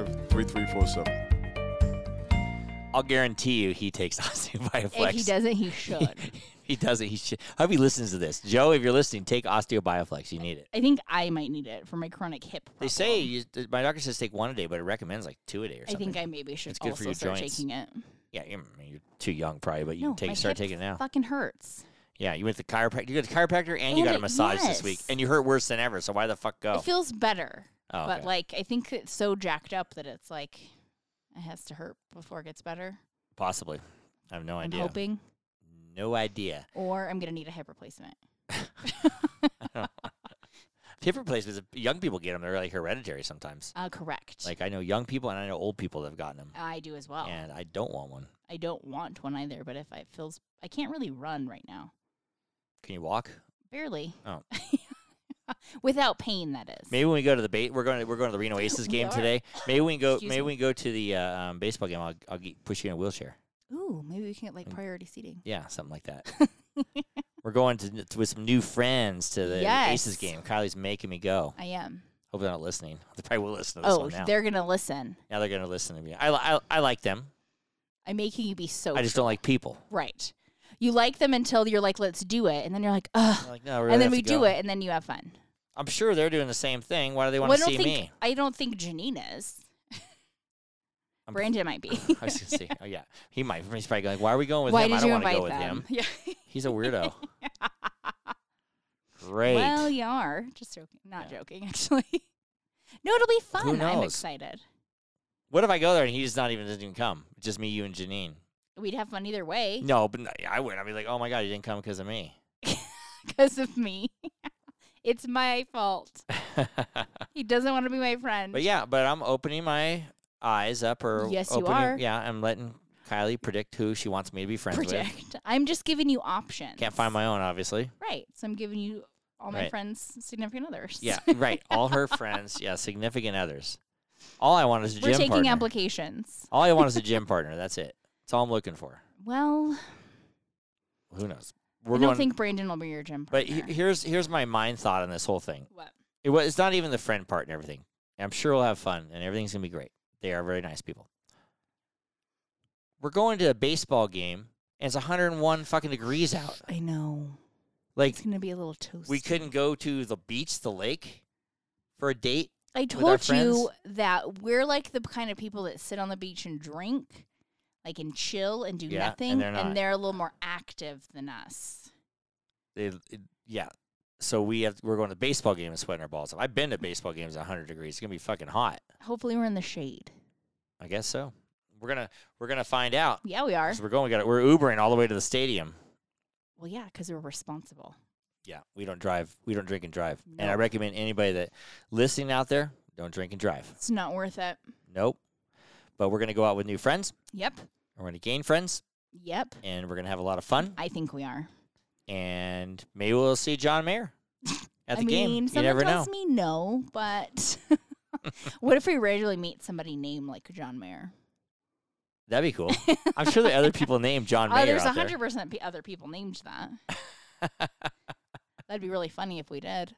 Speaker 3: 310-465-3347.
Speaker 2: I'll guarantee you he takes Osteo Bioflex.
Speaker 1: If he doesn't, he should.
Speaker 2: he doesn't. He should. I hope he listens to this. Joe, if you're listening, take Osteobioflex. You need it.
Speaker 1: I think I might need it for my chronic hip. Problem.
Speaker 2: They say you, th- my doctor says take one a day, but it recommends like two a day or
Speaker 1: I
Speaker 2: something.
Speaker 1: think I maybe should
Speaker 2: It's good
Speaker 1: also
Speaker 2: for your
Speaker 1: start
Speaker 2: joints.
Speaker 1: taking it.
Speaker 2: yeah, you're, I mean, you're too young probably, but you
Speaker 1: no,
Speaker 2: can take
Speaker 1: my
Speaker 2: start
Speaker 1: hip
Speaker 2: taking it now.
Speaker 1: Fucking hurts.
Speaker 2: Yeah, you went to the chiropractor. You got the chiropractor and you
Speaker 1: And
Speaker 2: got a
Speaker 1: it-
Speaker 2: massage this week,
Speaker 1: yes.
Speaker 2: and you hurt worse than ever. So why the fuck go?
Speaker 1: It feels better,
Speaker 2: oh,
Speaker 1: but
Speaker 2: okay.
Speaker 1: like I think it's so jacked up that it's like it has to hurt before it gets better.
Speaker 2: possibly. I have no
Speaker 1: I'm
Speaker 2: idea.
Speaker 1: hoping,
Speaker 2: No idea.
Speaker 1: or I'm gonna need a hip replacement.
Speaker 2: Hip replacements. Young people get them. They're like hereditary sometimes.
Speaker 1: Uh, correct.
Speaker 2: Like I know young people and I know old people that have gotten them,
Speaker 1: I do as well.
Speaker 2: and I don't want one.
Speaker 1: I don't want one either, but if it feels, I can't really run right now,
Speaker 2: Can you walk?
Speaker 1: barely.
Speaker 2: Oh.
Speaker 1: Without pain, that is.
Speaker 2: Maybe when we go to the bait, we're going to we're going to the Reno Aces
Speaker 1: We
Speaker 2: game
Speaker 1: are.
Speaker 2: today. Maybe we can go.
Speaker 1: Excuse
Speaker 2: maybe
Speaker 1: me.
Speaker 2: we can go to the uh, um, baseball game. I'll, I'll get, push you in a wheelchair.
Speaker 1: Ooh, maybe we can get like
Speaker 2: Mm.
Speaker 1: priority seating.
Speaker 2: Yeah, something like that. we're going to, n- to- with some new friends to the Aces
Speaker 1: Yes.
Speaker 2: game. Kylie's making me go.
Speaker 1: I am.
Speaker 2: Hope they're not listening. They probably will listen to this
Speaker 1: Oh,
Speaker 2: one now.
Speaker 1: they're gonna listen.
Speaker 2: now they're going to listen to me. I, li- I I like them.
Speaker 1: I'm making you be so.
Speaker 2: I just don't like people.
Speaker 1: Right. You like them until you're like, let's do it, and then you're like, ugh.
Speaker 2: I'm like no, I really
Speaker 1: and then
Speaker 2: Oh, have
Speaker 1: we
Speaker 2: to go.
Speaker 1: do it, and then you have fun.
Speaker 2: I'm sure they're doing the same thing. Why do they want
Speaker 1: Well, I
Speaker 2: to
Speaker 1: don't
Speaker 2: see
Speaker 1: think
Speaker 2: me?
Speaker 1: I don't think Janine is.
Speaker 2: I'm-
Speaker 1: Brandon might be.
Speaker 2: I was going to say, oh yeah, he might. He's probably going. Why are we going with
Speaker 1: Why
Speaker 2: him?
Speaker 1: did
Speaker 2: I don't
Speaker 1: you
Speaker 2: want to
Speaker 1: invite
Speaker 2: go with
Speaker 1: them?
Speaker 2: him.
Speaker 1: Yeah.
Speaker 2: He's a weirdo. Great.
Speaker 1: Well, you are. Just joking. Not joking, actually. No, it'll be fun. I'm
Speaker 2: knows?
Speaker 1: excited.
Speaker 2: What if I go there and he's not even doesn't even come? It's Just me, you, and Janine.
Speaker 1: We'd have fun either way
Speaker 2: No, but n- I wouldn't. I'd be like, oh my god, you didn't come because of me.
Speaker 1: because of me. it's my fault.
Speaker 2: but
Speaker 1: He doesn't want to be my friend.
Speaker 2: yeah, but I'm opening my eyes up or
Speaker 1: Yes, you
Speaker 2: opening,
Speaker 1: are.
Speaker 2: Yeah, I'm letting Kylie predict who she wants me to be friends with.
Speaker 1: Predict. I'm just giving you options.
Speaker 2: Can't find my own, obviously.
Speaker 1: Right. So I'm giving you all my
Speaker 2: Right.
Speaker 1: friends, significant others.
Speaker 2: Yeah, right. All her friends, yeah, significant others. All I want is a
Speaker 1: We're
Speaker 2: gym
Speaker 1: taking
Speaker 2: partner.
Speaker 1: applications.
Speaker 2: all I want is a gym partner. That's it. That's all I'm looking for.
Speaker 1: Well,
Speaker 2: Who knows? We're
Speaker 1: I don't
Speaker 2: going.
Speaker 1: think Brandon will be your gym
Speaker 2: but
Speaker 1: partner.
Speaker 2: he- here's here's my mind thought on this whole thing.
Speaker 1: what?
Speaker 2: It was it's not even the friend part and everything. I'm sure we'll have fun and everything's gonna be great. They are very nice people. We're going to a baseball game and it's 101 fucking degrees out.
Speaker 1: I know.
Speaker 2: Like
Speaker 1: It's going to be a little toasty.
Speaker 2: we couldn't go to the beach, the lake, for a date.
Speaker 1: I
Speaker 2: our
Speaker 1: told you that we're like the kind of people that sit on the beach and drink, like and chill and do
Speaker 2: Yeah, and
Speaker 1: nothing,
Speaker 2: they're not.
Speaker 1: a little more active than us.
Speaker 2: They, it- yeah. So we have we're going to the baseball game and sweating our balls off. I've been to baseball games 100 degrees. It's gonna be fucking hot.
Speaker 1: Hopefully, we're in the shade.
Speaker 2: I guess so. We're gonna we're gonna find out.
Speaker 1: Yeah, we are.
Speaker 2: 'Cause we're going. We got we're Ubering all the way to the stadium.
Speaker 1: Well, yeah, because we're responsible.
Speaker 2: Yeah, we don't drive. We don't drink and drive. And I
Speaker 1: Nope.
Speaker 2: recommend anybody that listening out there don't drink and drive.
Speaker 1: It's not worth it.
Speaker 2: Nope. But we're gonna go out with new friends.
Speaker 1: Yep.
Speaker 2: We're gonna gain friends,
Speaker 1: Yep.
Speaker 2: and we're gonna have a lot of fun.
Speaker 1: I think we are.
Speaker 2: And maybe we'll see John Mayer
Speaker 1: I
Speaker 2: at the
Speaker 1: mean,
Speaker 2: game. You
Speaker 1: someone
Speaker 2: never know.
Speaker 1: tells me no, but what if we regularly meet somebody named like John Mayer?
Speaker 2: That'd be cool. I'm sure there are other people named John
Speaker 1: Oh,
Speaker 2: Mayer
Speaker 1: there's
Speaker 2: out there.
Speaker 1: hundred percent other people named that. That'd be really funny if we did.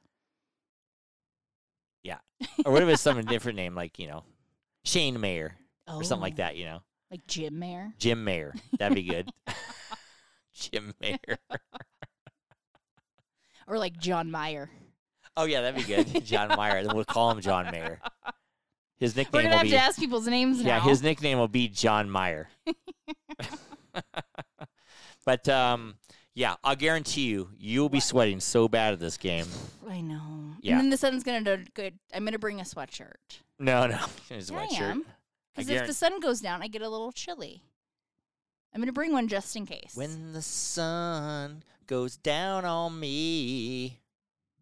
Speaker 2: or what if it's some different name, like you know, Shane Mayer
Speaker 1: Oh,
Speaker 2: or something like that. You know,
Speaker 1: Like Jim Mayer.
Speaker 2: Jim Mayer. That'd be good. Jim Mayer.
Speaker 1: Or like John Meyer.
Speaker 2: Oh yeah, that'd be good. John Mayer. Then we'll call him John Mayer. His
Speaker 1: We're
Speaker 2: nickname
Speaker 1: gonna
Speaker 2: will
Speaker 1: have
Speaker 2: be
Speaker 1: to ask people's names
Speaker 2: yeah.
Speaker 1: now.
Speaker 2: His nickname will be John Mayer. but um, yeah, I'll guarantee you, you'll be
Speaker 1: What?
Speaker 2: sweating so bad at this game.
Speaker 1: I know.
Speaker 2: Yeah.
Speaker 1: And then the sun's gonna do good. I'm gonna bring a sweatshirt.
Speaker 2: No, no, his
Speaker 1: Yeah, I
Speaker 2: sweatshirt.
Speaker 1: am. Because if
Speaker 2: guarant-
Speaker 1: the sun goes down, I get a little chilly. I'm gonna bring one just in case.
Speaker 2: When the sun goes down on me,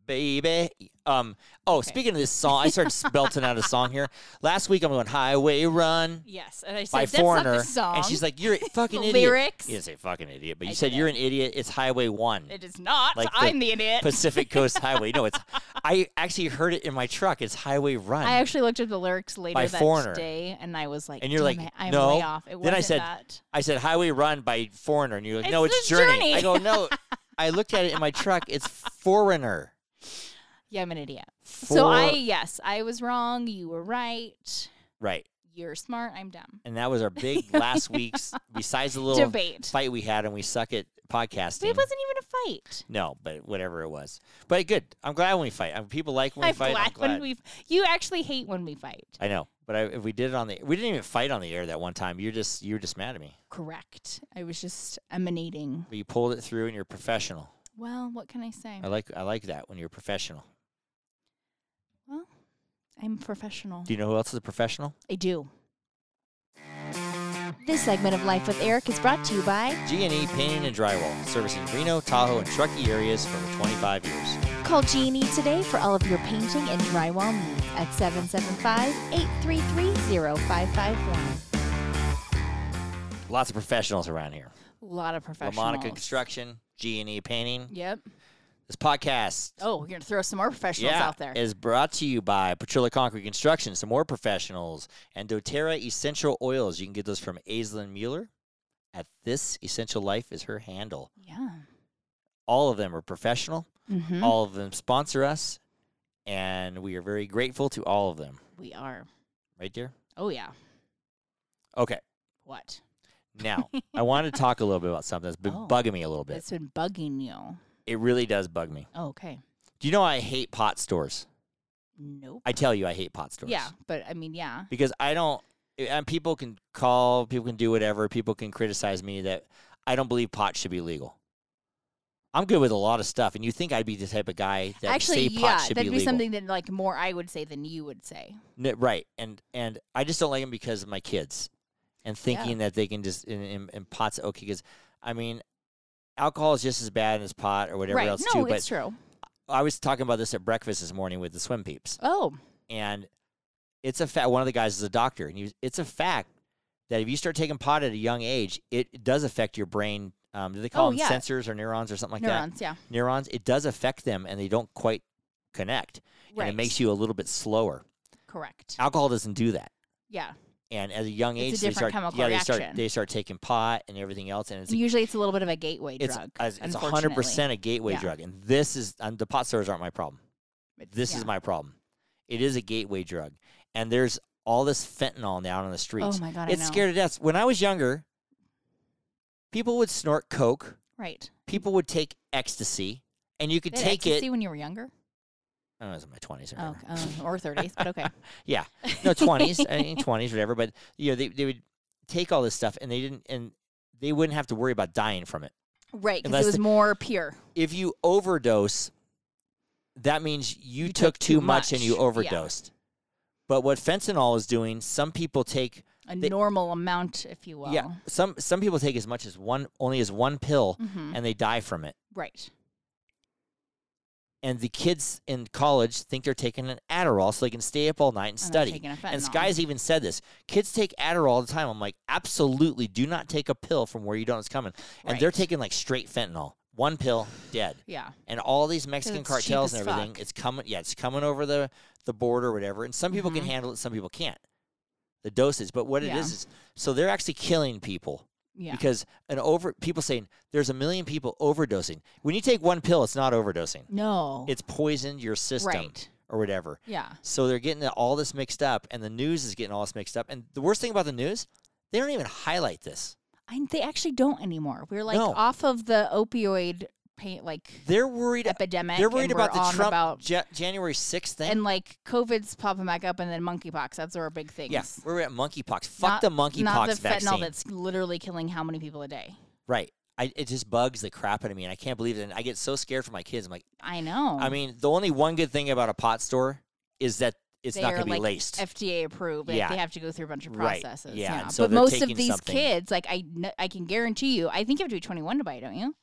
Speaker 2: baby. Um. Oh,
Speaker 1: Okay.
Speaker 2: speaking of this song, I started belting out a song here. Last week I'm going Highway Run
Speaker 1: yes, and I said
Speaker 2: by
Speaker 1: that's not
Speaker 2: Foreigner,
Speaker 1: the song.
Speaker 2: and she's like, "You're a
Speaker 1: the
Speaker 2: fucking idiot."
Speaker 1: lyrics.
Speaker 2: You didn't say fucking idiot, but you
Speaker 1: I
Speaker 2: said
Speaker 1: didn't.
Speaker 2: you're an idiot. It's Highway One,
Speaker 1: It is not.
Speaker 2: Like the
Speaker 1: I'm the idiot.
Speaker 2: Pacific Coast Highway. No, it's. I actually heard it in my truck. It's Highway Run.
Speaker 1: I actually looked at the lyrics later
Speaker 2: By
Speaker 1: that
Speaker 2: Foreigner.
Speaker 1: day, and I was like,
Speaker 2: And you're
Speaker 1: "Damn
Speaker 2: like,
Speaker 1: it, I'm
Speaker 2: no.
Speaker 1: way off." It
Speaker 2: Then
Speaker 1: wasn't
Speaker 2: I said,
Speaker 1: that.
Speaker 2: I said Highway Run by Foreigner, and you're like,
Speaker 1: It's
Speaker 2: "No, it's
Speaker 1: the
Speaker 2: Journey."
Speaker 1: Journey.
Speaker 2: I go, "No." I looked at it in my truck. It's Foreigner.
Speaker 1: "Yeah, I'm an idiot."
Speaker 2: For-
Speaker 1: So I, yes, I was wrong. You were right.
Speaker 2: right.
Speaker 1: You're smart. I'm dumb.
Speaker 2: and that was our big last week's besides the little
Speaker 1: Debate.
Speaker 2: fight we had and we suck at podcasting
Speaker 1: It wasn't even a fight.
Speaker 2: no but whatever it was but good i'm glad when we fight Um people like when we
Speaker 1: I'm
Speaker 2: fight
Speaker 1: glad,
Speaker 2: I'm glad.
Speaker 1: when we. You actually hate when we fight.
Speaker 2: i know but I, if we did it on the we didn't even fight on the air that one time you're just you were just mad at me
Speaker 1: Correct. I was just emanating.
Speaker 2: but you pulled it through and you're professional
Speaker 1: Well, what can I say?
Speaker 2: i like i like that when you're professional
Speaker 1: Well, I'm professional.
Speaker 2: do you know who else is a professional
Speaker 1: I do. This segment of Life with Eric is brought to you by
Speaker 2: g&e painting and drywall servicing reno tahoe and truckee areas for over 25 years
Speaker 1: Call G&E today for all of your painting and drywall needs at 775-833-0551.
Speaker 2: lots of professionals around here
Speaker 1: A lot of
Speaker 2: La
Speaker 1: professionals.
Speaker 2: monica construction g&e painting
Speaker 1: Yep.
Speaker 2: this podcast
Speaker 1: Oh, we're going to throw some more professionals out there.
Speaker 2: is brought to you by Petrilla Concrete Construction, some more professionals, and doTERRA essential oils. You can get those from Aislinn Mueller at This Essential Life is her handle.
Speaker 1: yeah.
Speaker 2: All of them are professional.
Speaker 1: Mm-hmm.
Speaker 2: All of them sponsor us, and we are very grateful to all of them.
Speaker 1: we are.
Speaker 2: Right, dear?
Speaker 1: Oh, yeah.
Speaker 2: Okay.
Speaker 1: What?
Speaker 2: Now, I wanted to talk a little bit about something that's been
Speaker 1: Oh.
Speaker 2: bugging me a little bit.
Speaker 1: It's been bugging you.
Speaker 2: it really does bug me.
Speaker 1: Oh, okay.
Speaker 2: Do you know I hate pot stores?
Speaker 1: Nope.
Speaker 2: I tell you, I hate pot stores.
Speaker 1: Yeah, but I mean, yeah.
Speaker 2: because I don't. And people can call, people can do whatever, people can criticize me that I don't believe pot should be legal. I'm good with a lot of stuff, and you think I'd be the type of guy that
Speaker 1: Actually,
Speaker 2: say
Speaker 1: yeah,
Speaker 2: pot should
Speaker 1: that'd
Speaker 2: be
Speaker 1: be,
Speaker 2: legal,
Speaker 1: something that like more I would say than you would say.
Speaker 2: N- right? And and I just don't like them because of my kids, and thinking that they can just and, and, and pot's okay because I mean, alcohol is just as bad as pot or whatever
Speaker 1: right?
Speaker 2: else
Speaker 1: no,
Speaker 2: too. But
Speaker 1: it's true.
Speaker 2: I was talking about this at breakfast this morning with the swim peeps.
Speaker 1: Oh,
Speaker 2: and it's a fact. One of the guys is a doctor, and he was, it's a fact that if you start taking pot at a young age, it does affect your brain um, do they call
Speaker 1: Oh,
Speaker 2: them
Speaker 1: yeah.
Speaker 2: sensors or neurons or something like
Speaker 1: Neurons, yeah.
Speaker 2: that? Neurons. It does affect them, and they don't quite connect,
Speaker 1: Right.
Speaker 2: and it makes you a little bit slower.
Speaker 1: Correct.
Speaker 2: Alcohol doesn't do that.
Speaker 1: Yeah.
Speaker 2: And at a young
Speaker 1: It's a
Speaker 2: age, they
Speaker 1: different
Speaker 2: start
Speaker 1: chemical
Speaker 2: yeah they start
Speaker 1: reaction.
Speaker 2: they start taking pot and everything else, and it's
Speaker 1: And usually it's a little bit of a gateway
Speaker 2: it's
Speaker 1: drug.
Speaker 2: as- it's hundred
Speaker 1: unfortunately.
Speaker 2: percent a gateway
Speaker 1: Yeah.
Speaker 2: drug, and this is and the pot stores aren't my problem.
Speaker 1: It's-
Speaker 2: This
Speaker 1: yeah.
Speaker 2: is my problem. It is a gateway drug, and there's all this fentanyl now on the
Speaker 1: Oh
Speaker 2: streets.
Speaker 1: my god,
Speaker 2: it's
Speaker 1: I know.
Speaker 2: scared to death. When I was younger, people would snort coke,
Speaker 1: Right.
Speaker 2: people would take ecstasy, and you could
Speaker 1: They had
Speaker 2: take
Speaker 1: ecstasy
Speaker 2: it.
Speaker 1: when you were younger.
Speaker 2: I don't know, it was in my twenties or
Speaker 1: Oh,
Speaker 2: whatever.
Speaker 1: um, or thirties, but okay.
Speaker 2: Yeah, no twenties, twenties, whatever. But you know, they they would take all this stuff, and they didn't, and they wouldn't have to worry about dying from it.
Speaker 1: Right, because
Speaker 2: Unless
Speaker 1: it was
Speaker 2: the-
Speaker 1: more pure.
Speaker 2: If you overdose, that means you,
Speaker 1: You
Speaker 2: took,
Speaker 1: took
Speaker 2: too
Speaker 1: too
Speaker 2: much, and you
Speaker 1: much. Yeah.
Speaker 2: overdosed. But what fentanyl is doing, some people take
Speaker 1: A
Speaker 2: They-
Speaker 1: normal amount, if you will.
Speaker 2: yeah, some some people take as much as one only as one pill,
Speaker 1: Mhm.
Speaker 2: and they die from it.
Speaker 1: Right.
Speaker 2: and the kids in college think they're taking an Adderall so they can stay up all night and
Speaker 1: they're
Speaker 2: study.
Speaker 1: taking a fentanyl.
Speaker 2: And Sky's even said this: kids take Adderall all the time. I'm like, absolutely, do not take a pill from where you don't know it's coming. And they're
Speaker 1: Right.
Speaker 2: taking like straight fentanyl, one pill, dead.
Speaker 1: Yeah.
Speaker 2: And all these Mexican
Speaker 1: it's cheap
Speaker 2: cartels
Speaker 1: as
Speaker 2: and everything,
Speaker 1: fuck.
Speaker 2: it's coming. Yeah, it's coming over the the border, or whatever. And some people
Speaker 1: Mhm.
Speaker 2: can handle it, some people can't. The dosage, but what it
Speaker 1: Yeah.
Speaker 2: is is, so they're actually killing people
Speaker 1: Yeah.
Speaker 2: because an over people saying there's a million people overdosing. When you take one pill, it's not overdosing
Speaker 1: no.
Speaker 2: it's poisoned your system
Speaker 1: Right.
Speaker 2: or whatever.
Speaker 1: Yeah.
Speaker 2: So they're getting all this mixed up, and the news is getting all this mixed up. And the worst thing about the news, they don't even highlight this.
Speaker 1: I, they actually don't anymore. We're like
Speaker 2: No.
Speaker 1: off of the opioid paint like
Speaker 2: They're worried.
Speaker 1: epidemic.
Speaker 2: They're worried
Speaker 1: and we're
Speaker 2: about the
Speaker 1: on
Speaker 2: Trump
Speaker 1: about-
Speaker 2: Ja- January sixth thing.
Speaker 1: and like COVID's popping back up, and then monkeypox. That's our big thing.
Speaker 2: yeah, we're at monkeypox. Fuck
Speaker 1: Not-
Speaker 2: the monkeypox
Speaker 1: Not the
Speaker 2: vaccine.
Speaker 1: fentanyl that's literally killing how many people a day.
Speaker 2: right. I, it just bugs the crap out of me, and I can't believe it. And I get so scared for my kids. I'm like,
Speaker 1: I know.
Speaker 2: I mean, the only one good thing about a pot store is that it's not
Speaker 1: They're,
Speaker 2: going to be
Speaker 1: like,
Speaker 2: laced.
Speaker 1: FDA approved. Like,
Speaker 2: Yeah.
Speaker 1: They have to go through a bunch of
Speaker 2: Right.
Speaker 1: processes.
Speaker 2: Yeah, and so
Speaker 1: but
Speaker 2: they're
Speaker 1: most
Speaker 2: taking
Speaker 1: of these
Speaker 2: something-
Speaker 1: kids, like I, kn- I can guarantee you, I think you have to be 21 to buy it, don't you?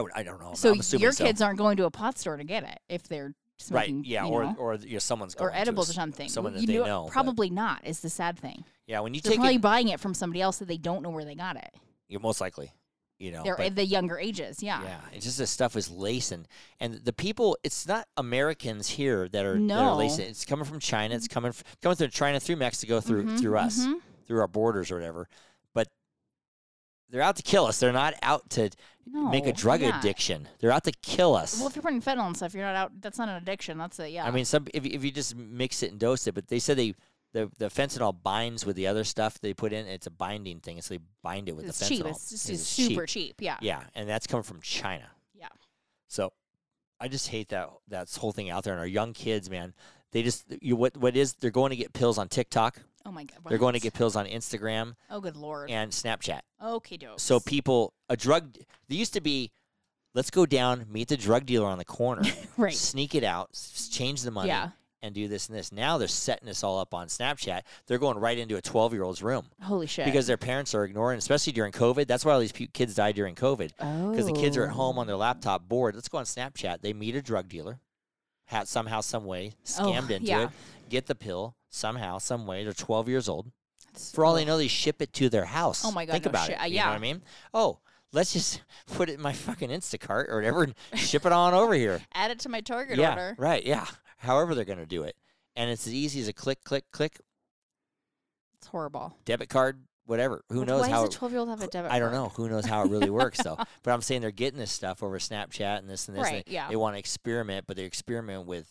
Speaker 2: Oh, I don't know. I'm-
Speaker 1: so
Speaker 2: I'm assuming
Speaker 1: your
Speaker 2: so.
Speaker 1: kids aren't going to a pot store to get it if they're
Speaker 2: right?
Speaker 1: smoking.
Speaker 2: Yeah,
Speaker 1: you
Speaker 2: or
Speaker 1: know,
Speaker 2: or you know, someone's
Speaker 1: or
Speaker 2: going to
Speaker 1: edibles or
Speaker 2: us-
Speaker 1: something.
Speaker 2: Someone
Speaker 1: Well,
Speaker 2: that
Speaker 1: you
Speaker 2: they
Speaker 1: know,
Speaker 2: know. but-
Speaker 1: probably not is the sad thing.
Speaker 2: yeah, when you
Speaker 1: They're
Speaker 2: take
Speaker 1: probably
Speaker 2: it,
Speaker 1: buying it from somebody else that they don't know where they got it.
Speaker 2: Yeah, most likely. You know,
Speaker 1: They're
Speaker 2: but
Speaker 1: at the younger ages. Yeah.
Speaker 2: yeah, it's just this stuff is lacing, and the people. It's not Americans here that are that are lacing.
Speaker 1: No. Mm-hmm.
Speaker 2: It's coming from China. It's coming f- coming through China through Mexico through
Speaker 1: Mhm,
Speaker 2: through us
Speaker 1: mhm.
Speaker 2: through our borders or whatever. But they're out to kill us. They're not out to make
Speaker 1: No,
Speaker 2: a drug
Speaker 1: they're not.
Speaker 2: addiction. They're out to kill us.
Speaker 1: Well, if you're putting fentanyl and stuff, you're not out. That's not an addiction. That's a yeah.
Speaker 2: I mean, some if you- if you just mix it and dose it, but they said they. The, the fentanyl binds with the other stuff they put in. It's a binding thing, so they bind it with
Speaker 1: it's
Speaker 2: the fentanyl.
Speaker 1: cheap. It's, just
Speaker 2: because cheap.
Speaker 1: super cheap. Yeah.
Speaker 2: Yeah, and that's coming from China.
Speaker 1: Yeah.
Speaker 2: So I just hate that that whole thing out there. And our young kids, man, they just you what what is they're going to get pills on TikTok.
Speaker 1: Oh my god.
Speaker 2: They're going to
Speaker 1: what?
Speaker 2: get pills on Instagram
Speaker 1: Oh good lord.
Speaker 2: and Snapchat.
Speaker 1: Okay, dope.
Speaker 2: So people, a drug. They used to be, let's go down, meet the drug dealer on the corner,
Speaker 1: right.
Speaker 2: sneak it out, s- change the money.
Speaker 1: Yeah.
Speaker 2: And do this and this. Now they're setting us all up on Snapchat. They're going right into a 12 year old's room
Speaker 1: Holy shit.
Speaker 2: because their parents are ignoring, especially during COVID. That's why all these pe- kids died during COVID
Speaker 1: Uh,
Speaker 2: because the kids are
Speaker 1: Oh.
Speaker 2: at home on their laptop bored. Let's go on Snapchat. They meet a drug dealer, had somehow, some way,
Speaker 1: Oh,
Speaker 2: scammed into
Speaker 1: yeah.
Speaker 2: it, get the pill somehow, some way. They're 12 years old. For all they know, they ship it to their house.
Speaker 1: Oh my God,
Speaker 2: Think
Speaker 1: no
Speaker 2: about
Speaker 1: shit.
Speaker 2: it.
Speaker 1: Uh,
Speaker 2: You know what I
Speaker 1: yeah.
Speaker 2: mean? Oh, let's just put it in my fucking Instacart or whatever, and ship it on over here.
Speaker 1: Add it to my target
Speaker 2: yeah,
Speaker 1: order.
Speaker 2: right. Yeah, however they're gonna do it, and it's as easy as a click, click, click,
Speaker 1: It's horrible.
Speaker 2: debit card, whatever. Who
Speaker 1: But
Speaker 2: knows
Speaker 1: Why
Speaker 2: how?
Speaker 1: does a twelve year old have a debit?
Speaker 2: I don't
Speaker 1: card?
Speaker 2: know. Who knows how it really works though? But I'm saying they're getting this stuff over Snapchat and this and this. and
Speaker 1: Right,
Speaker 2: that.
Speaker 1: yeah.
Speaker 2: They want to experiment, but they experiment with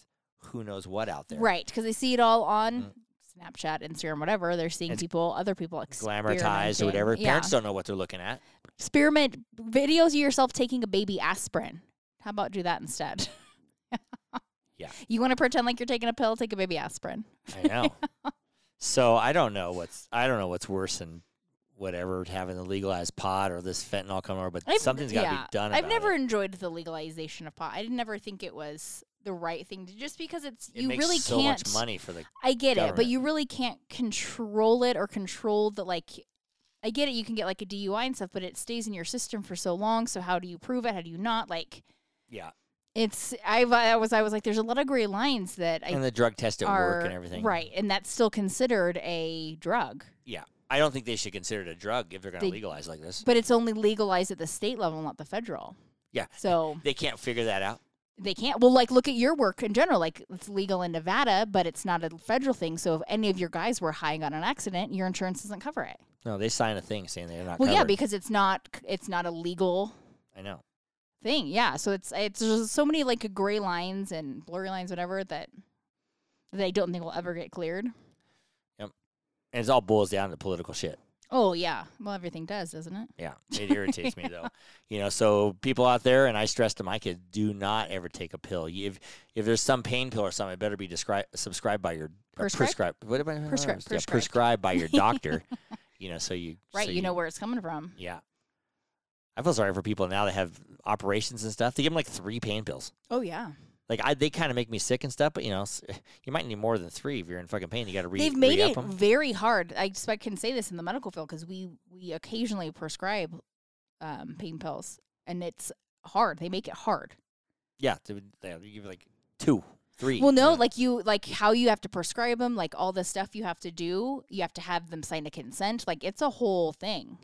Speaker 2: who knows what out there.
Speaker 1: Right, because they see it all on
Speaker 2: Mm.
Speaker 1: Snapchat, Instagram, whatever. They're seeing
Speaker 2: It's
Speaker 1: people, other people,
Speaker 2: Glamorized or
Speaker 1: experimenting.
Speaker 2: whatever.
Speaker 1: Yeah.
Speaker 2: Parents don't know what they're looking at.
Speaker 1: experiment videos of yourself taking a baby aspirin. How about do that instead?
Speaker 2: Yeah.
Speaker 1: You want to pretend like you're taking a pill? Take a baby aspirin.
Speaker 2: I know. so I don't know what's I don't know what's worse than whatever having the legalized pot or this fentanyl coming over, but
Speaker 1: I've-
Speaker 2: something's got to
Speaker 1: yeah,
Speaker 2: be done.
Speaker 1: I've
Speaker 2: about
Speaker 1: never
Speaker 2: It.
Speaker 1: enjoyed the legalization of pot. I did never think it was the right thing to just because it's
Speaker 2: It
Speaker 1: you
Speaker 2: makes
Speaker 1: really
Speaker 2: so
Speaker 1: can't
Speaker 2: much money for the.
Speaker 1: I get it, but
Speaker 2: government.
Speaker 1: you really can't control it or control the like. I get it. You can get like a DUI and stuff, but it stays in your system for so long. So how do you prove it? How do you not? Like
Speaker 2: Yeah,
Speaker 1: it's I've, I was I was like, there's a lot of gray lines that I
Speaker 2: and the drug test at
Speaker 1: are
Speaker 2: work and everything.
Speaker 1: right, and that's still considered a drug.
Speaker 2: Yeah. I don't think they should consider it a drug if they're going
Speaker 1: They-
Speaker 2: to legalize like this.
Speaker 1: But it's only legalized at the state level, not the federal.
Speaker 2: Yeah.
Speaker 1: So
Speaker 2: They can't figure that out.
Speaker 1: they can't. Well, like look at your work in general. Like it's legal in Nevada, but it's not a federal thing. So if any of your guys were high and got in an accident, your insurance doesn't cover it.
Speaker 2: No, they sign a thing saying they're not.
Speaker 1: Well, yeah,
Speaker 2: covered.
Speaker 1: because it's not it's not a legal
Speaker 2: I know.
Speaker 1: thing. Yeah, so it's it's there's so many like gray lines and blurry lines, whatever that that I don't think will ever get cleared.
Speaker 2: And it's all boils down to political shit.
Speaker 1: Oh yeah, well everything does, doesn't it?
Speaker 2: Yeah, it irritates me though. You know, so people out there, and I stress to my kids, do not ever take a pill. You- If if there's some pain pill or something, it better be descri- subscribed by your uh,
Speaker 1: Prescribed?
Speaker 2: prescribed. What am I?
Speaker 1: Prescri-
Speaker 2: yeah,
Speaker 1: prescribed.
Speaker 2: prescribed by your doctor. you know, so you
Speaker 1: Right,
Speaker 2: so
Speaker 1: you know where it's coming from.
Speaker 2: Yeah, I feel sorry for people now that have operations and stuff. They give them like three pain pills.
Speaker 1: Oh yeah,
Speaker 2: Like I, they kind of make me sick and stuff. But you know, s- you might need more than three if you're in fucking pain. You got to re-
Speaker 1: they've made
Speaker 2: re-up
Speaker 1: it
Speaker 2: 'em.
Speaker 1: very hard. I just I can say this in the medical field because we we occasionally prescribe um, pain pills, and it's hard. They make it hard.
Speaker 2: Yeah, they, would- they would give you like two, three.
Speaker 1: Well, no,
Speaker 2: you know.
Speaker 1: like you, like how you have to prescribe them, like all the stuff you have to do, you have to have them sign a consent. Like it's a whole thing,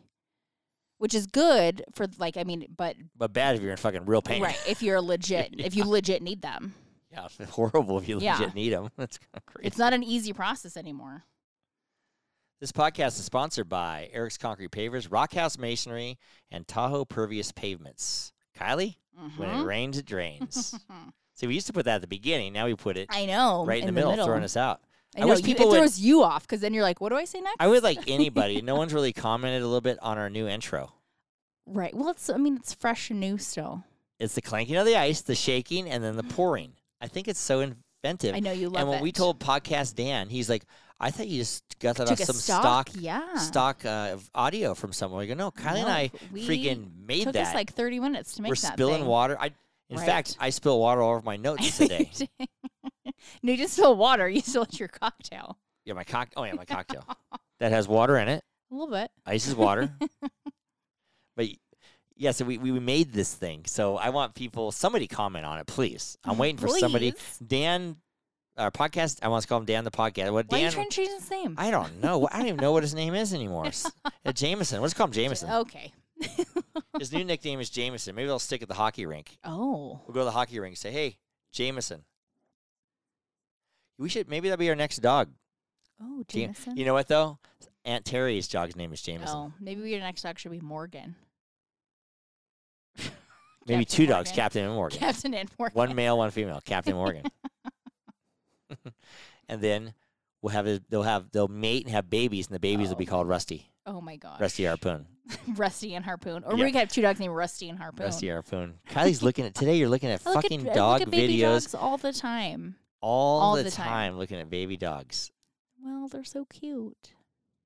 Speaker 1: which is good for like I mean, but
Speaker 2: but bad if you're in fucking real pain.
Speaker 1: right if you're legit, if you legit need them,
Speaker 2: Yeah, it's horrible if you
Speaker 1: Yeah.
Speaker 2: legit need them. That's kind of crazy.
Speaker 1: it's not an easy process anymore.
Speaker 2: this podcast is sponsored by Eric's Concrete Pavers, Rock House Masonry, and Tahoe Pervious Pavements. Kylie, when it
Speaker 1: Mhm.
Speaker 2: rains, it drains. See, we used to put that at the beginning. Now we put it
Speaker 1: I know,
Speaker 2: right in, the, middle, throwing us out.
Speaker 1: I
Speaker 2: I
Speaker 1: know
Speaker 2: wish
Speaker 1: you,
Speaker 2: people
Speaker 1: it
Speaker 2: would-
Speaker 1: throws you off because then you're like, what do I say next?
Speaker 2: I would like anybody. no one's really commented a little bit on our new intro.
Speaker 1: right. Well, it's I mean, it's fresh and new still.
Speaker 2: It's the clanking of the ice, the shaking, and then the pouring. I think it's so inventive.
Speaker 1: Mm. I know you love
Speaker 2: and when we
Speaker 1: it.
Speaker 2: told podcast Dan, he's like, "I thought you just got that
Speaker 1: Took
Speaker 2: off
Speaker 1: a
Speaker 2: some
Speaker 1: stock,
Speaker 2: stock,
Speaker 1: yeah.
Speaker 2: stock uh, of audio from someone." We go, "No, Kylie and
Speaker 1: No,
Speaker 2: I
Speaker 1: we-
Speaker 2: freaking made
Speaker 1: took
Speaker 2: that.
Speaker 1: us like 30 minutes to make
Speaker 2: We're
Speaker 1: that
Speaker 2: spilling
Speaker 1: thing.
Speaker 2: water. I, in
Speaker 1: Right.
Speaker 2: fact, I spill water all over my notes today.
Speaker 1: no, you just spill water. You still your cocktail
Speaker 2: yeah, my cock. Oh yeah, my cocktail that has water in it.
Speaker 1: a little bit.
Speaker 2: Ice is water. but y- yeah, so we, we we made this thing. So I want people, somebody comment on it, please. I'm waiting for somebody.
Speaker 1: Please.
Speaker 2: Dan, our podcast. I want to call him Dan the podcast. What
Speaker 1: Why are you
Speaker 2: Dan?
Speaker 1: trying to change his name?
Speaker 2: I don't know. I don't even know what his name is anymore. S- uh, Jameson. Let's call him Jameson.
Speaker 1: okay.
Speaker 2: His new nickname is Jameson. Maybe they'll stick at the hockey rink.
Speaker 1: Oh.
Speaker 2: We'll go to the hockey rink. and Say, hey, Jameson. We should maybe that'll be our next dog.
Speaker 1: Oh,
Speaker 2: Jam-
Speaker 1: Jameson.
Speaker 2: You know what though? Aunt Terry's dog's name is Jameson.
Speaker 1: oh, maybe your next dog should be Morgan.
Speaker 2: maybe
Speaker 1: Captain
Speaker 2: two dogs,
Speaker 1: Morgan.
Speaker 2: Captain and Morgan.
Speaker 1: Captain and Morgan.
Speaker 2: one male, one female, Captain Morgan. and then we'll have his, they'll have they'll mate and have babies, and the babies will be
Speaker 1: Oh.
Speaker 2: called Rusty,
Speaker 1: Oh my gosh.
Speaker 2: Rusty Harpoon,
Speaker 1: Rusty and Harpoon. Or
Speaker 2: Yeah.
Speaker 1: we could have two dogs named Rusty and Harpoon.
Speaker 2: Rusty Harpoon. Kylie's looking at today. You're looking at
Speaker 1: I look
Speaker 2: fucking
Speaker 1: at, I
Speaker 2: dog
Speaker 1: look at baby
Speaker 2: videos
Speaker 1: dogs all the time.
Speaker 2: all,
Speaker 1: all
Speaker 2: the,
Speaker 1: the time.
Speaker 2: time. looking at baby dogs.
Speaker 1: Well, they're so cute.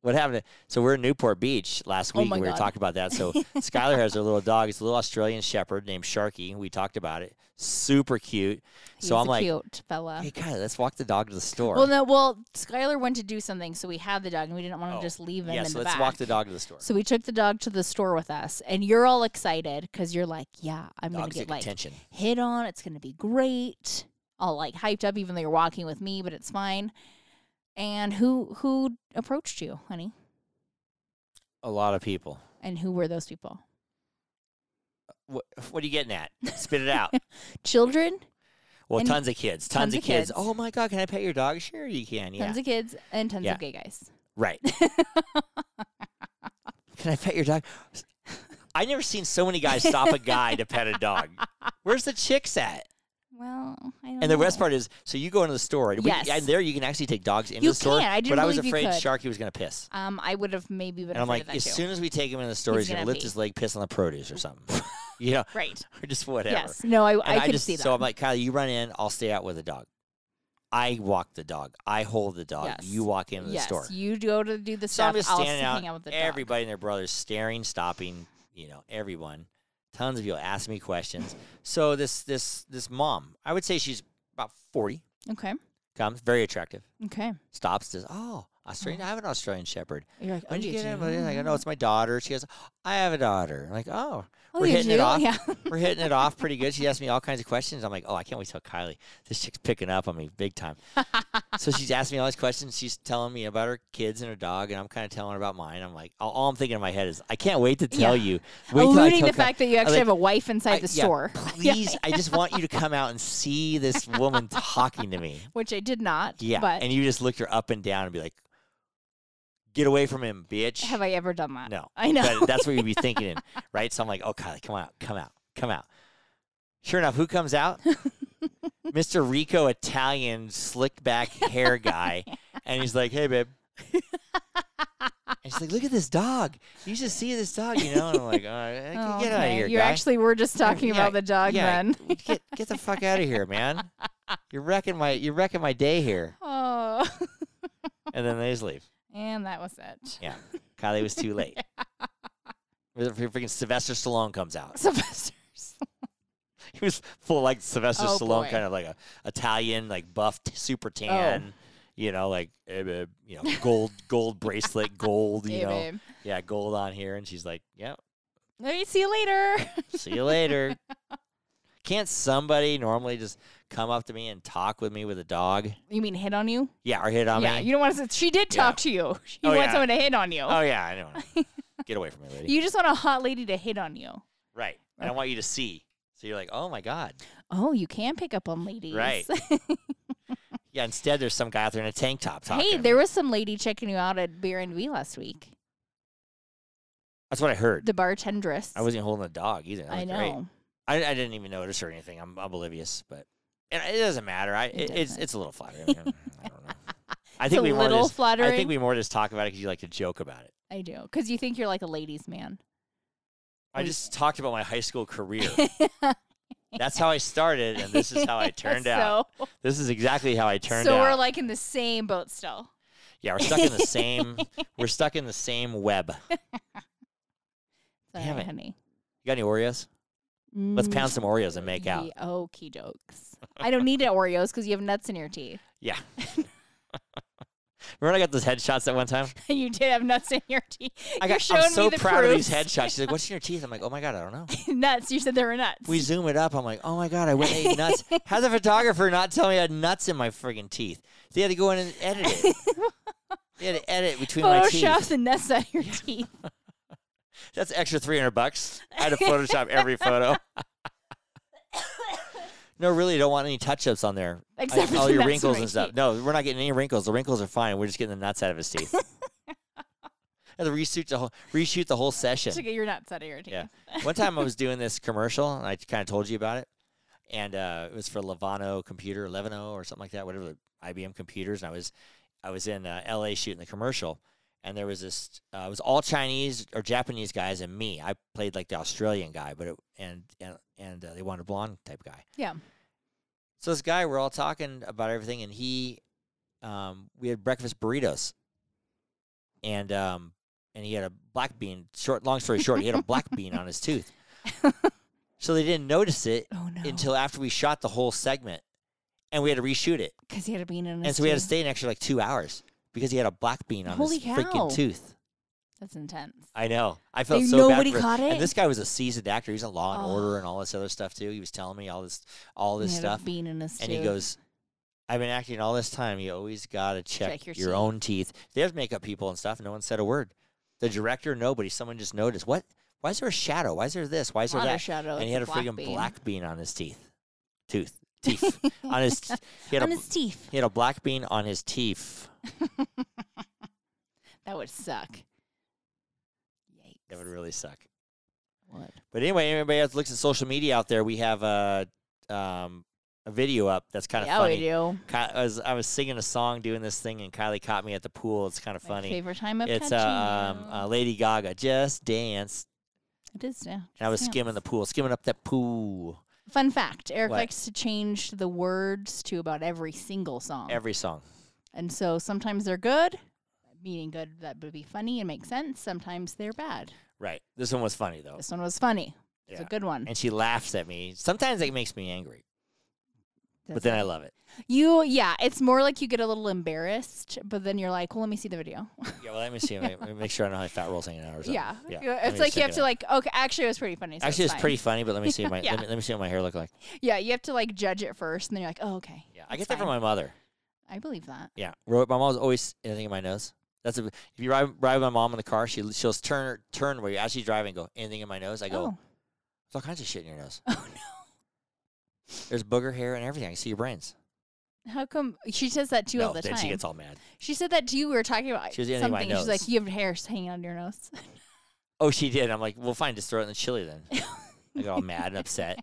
Speaker 2: What happened? to- so we're in Newport Beach last
Speaker 1: Oh
Speaker 2: week.
Speaker 1: my
Speaker 2: and we
Speaker 1: God.
Speaker 2: were talking about that. So Skylar has her little dog. It's a little Australian Shepherd named Sharky. We talked about it. Super cute.
Speaker 1: He's
Speaker 2: So I'm
Speaker 1: a
Speaker 2: like,
Speaker 1: cute fella.
Speaker 2: hey, Kylie, let's walk the dog to the store.
Speaker 1: Well, no. Well, Skylar went to do something, so we had the dog, and we didn't want to
Speaker 2: Oh,
Speaker 1: just leave him
Speaker 2: yeah,
Speaker 1: in
Speaker 2: so
Speaker 1: the
Speaker 2: let's
Speaker 1: back.
Speaker 2: walk the dog to the store.
Speaker 1: So we took the dog to the store with us, and you're all excited because you're like, "Yeah, I'm gonna
Speaker 2: Dogs
Speaker 1: get
Speaker 2: get
Speaker 1: like
Speaker 2: attention.
Speaker 1: hit on. It's gonna be great." All like hyped up, even though you're walking with me, but it's fine. And who who approached you, honey?
Speaker 2: A lot of people.
Speaker 1: And who were those people?
Speaker 2: What, what are you getting at? Spit it out.
Speaker 1: Children,
Speaker 2: Well,
Speaker 1: And-
Speaker 2: tons of kids. Tons, of kids. Oh my God, can I pet your dog? Sure, you can. Yeah.
Speaker 1: tons of kids, and tons
Speaker 2: Yeah.
Speaker 1: of gay guys.
Speaker 2: right. can I pet your dog? I never seen so many guys stop a guy to pet a dog. Where's the chicks at?
Speaker 1: Well, I don't
Speaker 2: And the best
Speaker 1: know.
Speaker 2: part is, so you go into the store, and, we-
Speaker 1: Oh. Yes.
Speaker 2: and there you can actually take dogs into
Speaker 1: You
Speaker 2: the store.
Speaker 1: can. I didn't
Speaker 2: but I was
Speaker 1: believe you
Speaker 2: afraid
Speaker 1: could.
Speaker 2: Sharky was going to piss.
Speaker 1: um, I would have maybe been.
Speaker 2: And I'm
Speaker 1: afraid of
Speaker 2: like,
Speaker 1: that
Speaker 2: as
Speaker 1: too.
Speaker 2: soon as we take him into the store,
Speaker 1: He's
Speaker 2: he's, going
Speaker 1: gonna
Speaker 2: to lift
Speaker 1: pee.
Speaker 2: his leg, piss on the produce or something. you know,
Speaker 1: right?
Speaker 2: or just whatever.
Speaker 1: Yes. No, I I
Speaker 2: And
Speaker 1: could
Speaker 2: just,
Speaker 1: see that.
Speaker 2: So I'm like, Kylie, you run in, I'll stay out with the dog. I walk the dog. I hold the dog.
Speaker 1: Yes.
Speaker 2: You walk into the
Speaker 1: yes,
Speaker 2: store.
Speaker 1: you go to do the
Speaker 2: so I'm
Speaker 1: stuff.
Speaker 2: just
Speaker 1: I'll
Speaker 2: standing out.
Speaker 1: hang out with the dog.
Speaker 2: everybody and their brothers staring, stopping. You know, everyone. Tons of people ask me questions. so this this this mom, I would say she's about forty.
Speaker 1: Okay.
Speaker 2: Comes very attractive.
Speaker 1: Okay.
Speaker 2: Stops. Says, "Oh,
Speaker 1: Mm-hmm.
Speaker 2: Australian. I have an Australian Shepherd.
Speaker 1: You're like,
Speaker 2: When'd
Speaker 1: oh,
Speaker 2: you get him?
Speaker 1: do?
Speaker 2: I go, no, it's my daughter. She goes, I have a daughter. I'm like, oh,
Speaker 1: Oh,
Speaker 2: we're
Speaker 1: you
Speaker 2: hitting it
Speaker 1: do?
Speaker 2: off.
Speaker 1: Yeah.
Speaker 2: we're hitting it off pretty good. She asked me all kinds of questions. I'm like, oh, I can't wait till Kylie. This chick's picking up on me big time. so she's asking me all these questions. She's telling me about her kids and her dog, and I'm kind of telling her about mine. I'm like, all, all I'm thinking in my head is, I can't wait to tell
Speaker 1: Yeah.
Speaker 2: you. Wait till I
Speaker 1: Alluding
Speaker 2: tell
Speaker 1: the
Speaker 2: Ky-
Speaker 1: fact that you
Speaker 2: I
Speaker 1: actually
Speaker 2: like-
Speaker 1: have a wife inside
Speaker 2: I-
Speaker 1: the
Speaker 2: yeah,
Speaker 1: store. Yeah.
Speaker 2: Please, I just want you to come out and see this woman talking to me.
Speaker 1: Which I did not.
Speaker 2: Yeah,
Speaker 1: But
Speaker 2: and you just look her up and down and be like, "Get away from him, bitch."
Speaker 1: have I ever done that?
Speaker 2: No,
Speaker 1: I know.
Speaker 2: but that's what you'd be thinking, in, right? So I'm like, "Oh, Kylie, come out, come out, come out." Sure enough, who comes out? Mr. Rico, Italian slick back hair guy, and he's like, "Hey, babe." and she's like, "Look at this dog. You should see this dog, you know." And I'm like, "All right,
Speaker 1: Oh,
Speaker 2: get out of
Speaker 1: okay.
Speaker 2: here,
Speaker 1: You
Speaker 2: guy."
Speaker 1: actually were just talking
Speaker 2: yeah,
Speaker 1: about the dog
Speaker 2: yeah,
Speaker 1: then.
Speaker 2: get get the fuck out of here, man. You're wrecking my you're wrecking my day here."
Speaker 1: Oh.
Speaker 2: And then they just leave.
Speaker 1: and that was it.
Speaker 2: Yeah. Kylie was too late. Where the Freaking Sylvester Stallone comes out.
Speaker 1: Sylvester. Stallone.
Speaker 2: He was full of, like Sylvester
Speaker 1: Oh,
Speaker 2: Stallone,
Speaker 1: boy. Oh.
Speaker 2: kind of like a Italian, like buffed, super tan. You know, like eh, babe, you know, gold, gold bracelet, gold. You
Speaker 1: Hey,
Speaker 2: know,
Speaker 1: babe.
Speaker 2: yeah, gold on here, and she's like, "Yeah,
Speaker 1: Hey, see you later.
Speaker 2: see you later." Can't somebody normally just come up to me and talk with me with a dog?
Speaker 1: You mean hit on you?
Speaker 2: Yeah, or hit on
Speaker 1: yeah.
Speaker 2: me.
Speaker 1: You don't want to. She did
Speaker 2: Yeah.
Speaker 1: talk to you. She
Speaker 2: Oh,
Speaker 1: wants
Speaker 2: yeah.
Speaker 1: someone to hit on you.
Speaker 2: oh yeah, I know. Get away from me, lady.
Speaker 1: You just want a hot lady to hit on you.
Speaker 2: right, and I want you to see. So you're like, "Oh my god."
Speaker 1: Oh, you can pick up on ladies.
Speaker 2: Right. Yeah, instead there's some guy out there in a tank top talking.
Speaker 1: hey, there was some lady checking you out at Beer and V last week.
Speaker 2: That's what I heard.
Speaker 1: The bartendress.
Speaker 2: I wasn't holding a dog either. That
Speaker 1: I
Speaker 2: looked great.
Speaker 1: know.
Speaker 2: I, I didn't even notice or anything. I'm oblivious, but and it doesn't matter. I it, it's
Speaker 1: doesn't.
Speaker 2: it's a little flattering. I don't know. I
Speaker 1: It's
Speaker 2: think
Speaker 1: a
Speaker 2: we more
Speaker 1: little
Speaker 2: just
Speaker 1: flattering.
Speaker 2: I think we more just talk about it because you like to joke about it.
Speaker 1: I do. Because you think you're like a ladies' man.
Speaker 2: I
Speaker 1: Wait.
Speaker 2: just talked about my high school career. That's how I started, and this is how I turned out.
Speaker 1: So,
Speaker 2: This is exactly how I turned
Speaker 1: so
Speaker 2: out.
Speaker 1: we're like in the same boat still.
Speaker 2: yeah, we're stuck in the same. We're stuck in the same web. You
Speaker 1: Sorry,
Speaker 2: Damn it.
Speaker 1: honey.
Speaker 2: got any Oreos? Let's pound some Oreos and make out.
Speaker 1: Okey Mm-hmm. dokes. I don't need Oreos because you have nuts in your tea.
Speaker 2: Yeah. Remember, when I got those headshots that one time.
Speaker 1: you did have nuts in your tea.
Speaker 2: I
Speaker 1: You're
Speaker 2: got,
Speaker 1: showing
Speaker 2: I'm so
Speaker 1: me the
Speaker 2: proud
Speaker 1: proofs.
Speaker 2: of these headshots. She's like, "What's in your teeth?" I'm like, "Oh my god, I don't know."
Speaker 1: nuts. You said there were nuts.
Speaker 2: We zoom it up. I'm like, "Oh my god, I went and ate nuts." How the photographer not tell me I had nuts in my friggin' teeth? They had to go in and edit it. they had to edit between my
Speaker 1: Photoshop
Speaker 2: teeth.
Speaker 1: the nuts out of your teeth.
Speaker 2: That's extra 300 bucks. I had to Photoshop every photo. no, really, I don't want any touch-ups on there. I-
Speaker 1: Except for
Speaker 2: all
Speaker 1: the
Speaker 2: your
Speaker 1: nuts in
Speaker 2: wrinkles
Speaker 1: my
Speaker 2: and stuff.
Speaker 1: teeth.
Speaker 2: No, we're not getting any wrinkles. The wrinkles are fine. We're just getting the nuts out of his teeth. I had to reshoot the whole reshoot the whole session.
Speaker 1: to get your nuts out of your teeth.
Speaker 2: Yeah. One time I was doing this commercial, and I kind of told you about it, and uh, it was for Levano computer, Levano or something like that, whatever the IBM computers. And I was, I was in uh, LA shooting the commercial, and there was this, uh, it was all Chinese or Japanese guys and me. I played like the Australian guy, but it, and and and uh, they wanted a blonde type guy.
Speaker 1: Yeah.
Speaker 2: So this guy, we're all talking about everything, and he, um, we had breakfast burritos, and um, and he had a black bean. Short, long story short, he had a black bean on his tooth. So they didn't notice it
Speaker 1: Oh no.
Speaker 2: until after we shot the whole segment, and we had to reshoot it,
Speaker 1: because he had a bean in his
Speaker 2: and so we had to
Speaker 1: teeth.
Speaker 2: stay an extra like two hours because he had a black bean on
Speaker 1: Holy
Speaker 2: his freaking
Speaker 1: cow.
Speaker 2: tooth.
Speaker 1: That's intense.
Speaker 2: I know. I felt
Speaker 1: And
Speaker 2: so
Speaker 1: nobody
Speaker 2: bad. For,
Speaker 1: caught it?
Speaker 2: And this guy was a seasoned actor. He's on Law and
Speaker 1: Oh.
Speaker 2: Order and all this other stuff too. He was telling me all this, all this
Speaker 1: he had
Speaker 2: stuff.
Speaker 1: A bean in his
Speaker 2: And he
Speaker 1: tooth.
Speaker 2: goes, I've been acting all this time. You always got to check,
Speaker 1: Check your
Speaker 2: your, own teeth. There's makeup people and stuff. No one said a word. The director, nobody. Someone just noticed. What? Why is there a shadow? Why is there this? Why is there
Speaker 1: Not a
Speaker 2: that?
Speaker 1: shadow,
Speaker 2: and
Speaker 1: it's
Speaker 2: he had a
Speaker 1: black
Speaker 2: friggin'
Speaker 1: bean.
Speaker 2: black bean on his teeth. Tooth. Teeth. on his, t- he, had
Speaker 1: on
Speaker 2: a,
Speaker 1: his teeth.
Speaker 2: he had a black bean on his teeth.
Speaker 1: That would suck. Yikes.
Speaker 2: That would really suck.
Speaker 1: What?
Speaker 2: But anyway, anybody else looks at social media out there, we have a, um, a video up that's kind of
Speaker 1: yeah,
Speaker 2: funny.
Speaker 1: we do.
Speaker 2: Ki- I, was, I was singing a song doing this thing, and Kylie caught me at the pool. It's kind of
Speaker 1: My
Speaker 2: funny.
Speaker 1: favorite time of
Speaker 2: It's uh,
Speaker 1: catching
Speaker 2: um,
Speaker 1: you.
Speaker 2: uh, Lady Gaga, Just Dance.
Speaker 1: It is now.
Speaker 2: And I was skimming the pool, skimming up that pool.
Speaker 1: Fun fact: Eric
Speaker 2: What?
Speaker 1: likes to change the words to about every single song,
Speaker 2: Every song.
Speaker 1: and so sometimes they're good, meaning good that would be funny and make sense. Sometimes they're bad.
Speaker 2: Right. This one was funny, though.
Speaker 1: This one was funny. It's
Speaker 2: Yeah.
Speaker 1: a good one.
Speaker 2: And she laughs at me. Sometimes it makes me angry. but then I love it.
Speaker 1: you, yeah, it's more like you get a little embarrassed, but then you're like, well, let me see the video.
Speaker 2: Yeah, well, let me see. Let me make sure I know how fat rolls hanging out or something.
Speaker 1: yeah.
Speaker 2: yeah.
Speaker 1: Yeah,
Speaker 2: let me
Speaker 1: It's like you
Speaker 2: check
Speaker 1: have
Speaker 2: it
Speaker 1: to
Speaker 2: out.
Speaker 1: like, okay, actually, it was pretty funny. So
Speaker 2: Actually,
Speaker 1: it's,
Speaker 2: it's pretty funny, but let me see my
Speaker 1: Yeah.
Speaker 2: let, me, let me see what my hair look like.
Speaker 1: fine. Yeah, you have to like judge it first, and then you're like, oh, okay.
Speaker 2: Yeah, I
Speaker 1: It's
Speaker 2: get that from my mother.
Speaker 1: I believe that.
Speaker 2: Yeah, Ro- my mom's always anything in my nose. That's a, if you ride, ride with my mom in the car, she she'll turn her- turn where you as she's driving. Go anything in my nose? I go.
Speaker 1: Oh.
Speaker 2: There's all kinds of shit in your nose.
Speaker 1: oh,
Speaker 2: There's booger hair and everything. I can see your brains.
Speaker 1: no. How come she says that to you
Speaker 2: no,
Speaker 1: all the
Speaker 2: then
Speaker 1: time?
Speaker 2: she gets all mad.
Speaker 1: She said that to you. We were talking about
Speaker 2: She was eating my
Speaker 1: something. She's like,
Speaker 2: nose.
Speaker 1: "You have hair hanging out of your nose."
Speaker 2: Oh, she did. I'm like, well, fine, just throw it in the chili then. I got all mad and upset.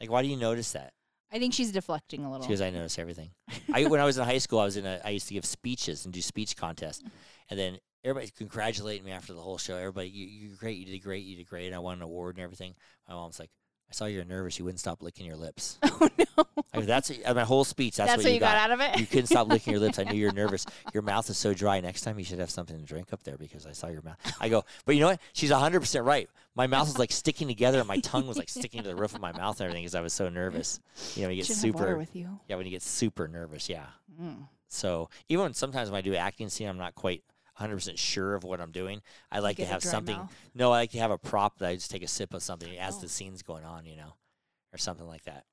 Speaker 2: Like, why do you notice that?
Speaker 1: I think she's deflecting a little.
Speaker 2: She goes, I notice everything. I when I was in high school, I was in a I used to give speeches and do speech contests, and then everybody congratulating me after the whole show. Everybody, you you great, you did great, you did great, and I won an award and everything. My mom's like, I saw you were nervous. You wouldn't stop licking your lips.
Speaker 1: oh no!
Speaker 2: I mean, that's uh, my whole speech. That's,
Speaker 1: That's,
Speaker 2: what,
Speaker 1: what you got, out of it.
Speaker 2: You couldn't stop licking your lips. I knew you were nervous. Your mouth is so dry. Next time you should have something to drink up there because I saw your mouth. I go, but you know what? She's 100% right. My mouth was like sticking together and my tongue was like sticking to the roof of my mouth and everything because I was so nervous. You know, you get
Speaker 1: Should have water
Speaker 2: super.
Speaker 1: with you.
Speaker 2: yeah, when you get super nervous. Yeah.
Speaker 1: Mm.
Speaker 2: So even when sometimes when I do acting scene, I'm not quite 100% sure of what I'm doing. I like to
Speaker 1: get a
Speaker 2: have
Speaker 1: dry
Speaker 2: something.
Speaker 1: mouth.
Speaker 2: No, I like to have a prop that I just take a sip of something as
Speaker 1: Oh.
Speaker 2: the scene's going on, you know, or something like that.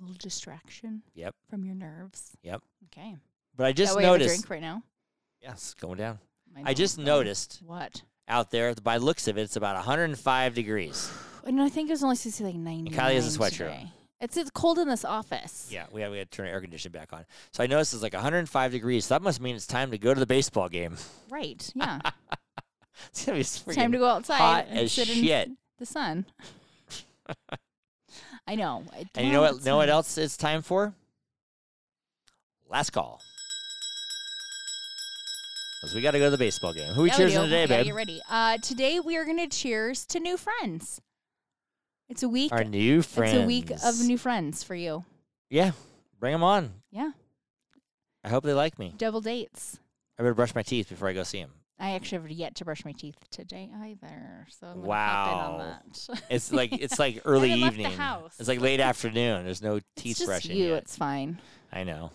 Speaker 1: little distraction.
Speaker 2: Yep.
Speaker 1: From your nerves.
Speaker 2: Yep.
Speaker 1: Okay.
Speaker 2: But I just
Speaker 1: that way I have a
Speaker 2: noticed.
Speaker 1: drink right now.
Speaker 2: Yes, going down.
Speaker 1: My
Speaker 2: I
Speaker 1: nose
Speaker 2: just
Speaker 1: goes.
Speaker 2: noticed
Speaker 1: What?
Speaker 2: out there, by the looks of it, it's about 105 degrees.
Speaker 1: And I think it was only supposed to be like ninety.
Speaker 2: Kylie has a sweatshirt on.
Speaker 1: Today. It's it's cold in this office.
Speaker 2: Yeah, we have, we had to turn our air conditioning back on. So I noticed it's like 105 degrees. So that must mean it's time to go to the baseball game.
Speaker 1: Right. Yeah.
Speaker 2: it's gonna be
Speaker 1: it's time to
Speaker 2: freaking
Speaker 1: go outside
Speaker 2: hot
Speaker 1: and
Speaker 2: as
Speaker 1: sit
Speaker 2: shit.
Speaker 1: in the sun. I know. I-
Speaker 2: And you know
Speaker 1: well,
Speaker 2: what?
Speaker 1: it's
Speaker 2: Know what
Speaker 1: nice.
Speaker 2: else it's time for? Last call. Because we got to go to the baseball game. Who we
Speaker 1: Yeah,
Speaker 2: cheering
Speaker 1: do.
Speaker 2: today,
Speaker 1: Yeah,
Speaker 2: babe?
Speaker 1: Get ready. Uh, today we are going to cheers to new friends. It's a week.
Speaker 2: Our new friends.
Speaker 1: It's a week of new friends for you.
Speaker 2: Yeah, bring them on.
Speaker 1: Yeah,
Speaker 2: I hope they like me.
Speaker 1: double dates.
Speaker 2: I better brush my teeth before I go see them.
Speaker 1: I actually have yet to brush my teeth today either, so I'm gonna pop in on
Speaker 2: Wow.
Speaker 1: that.
Speaker 2: It's like it's like early
Speaker 1: haven't left the
Speaker 2: evening.
Speaker 1: house.
Speaker 2: It's like late afternoon. There's no teeth
Speaker 1: it's just
Speaker 2: brushing
Speaker 1: you.
Speaker 2: yet.
Speaker 1: It's fine.
Speaker 2: I know.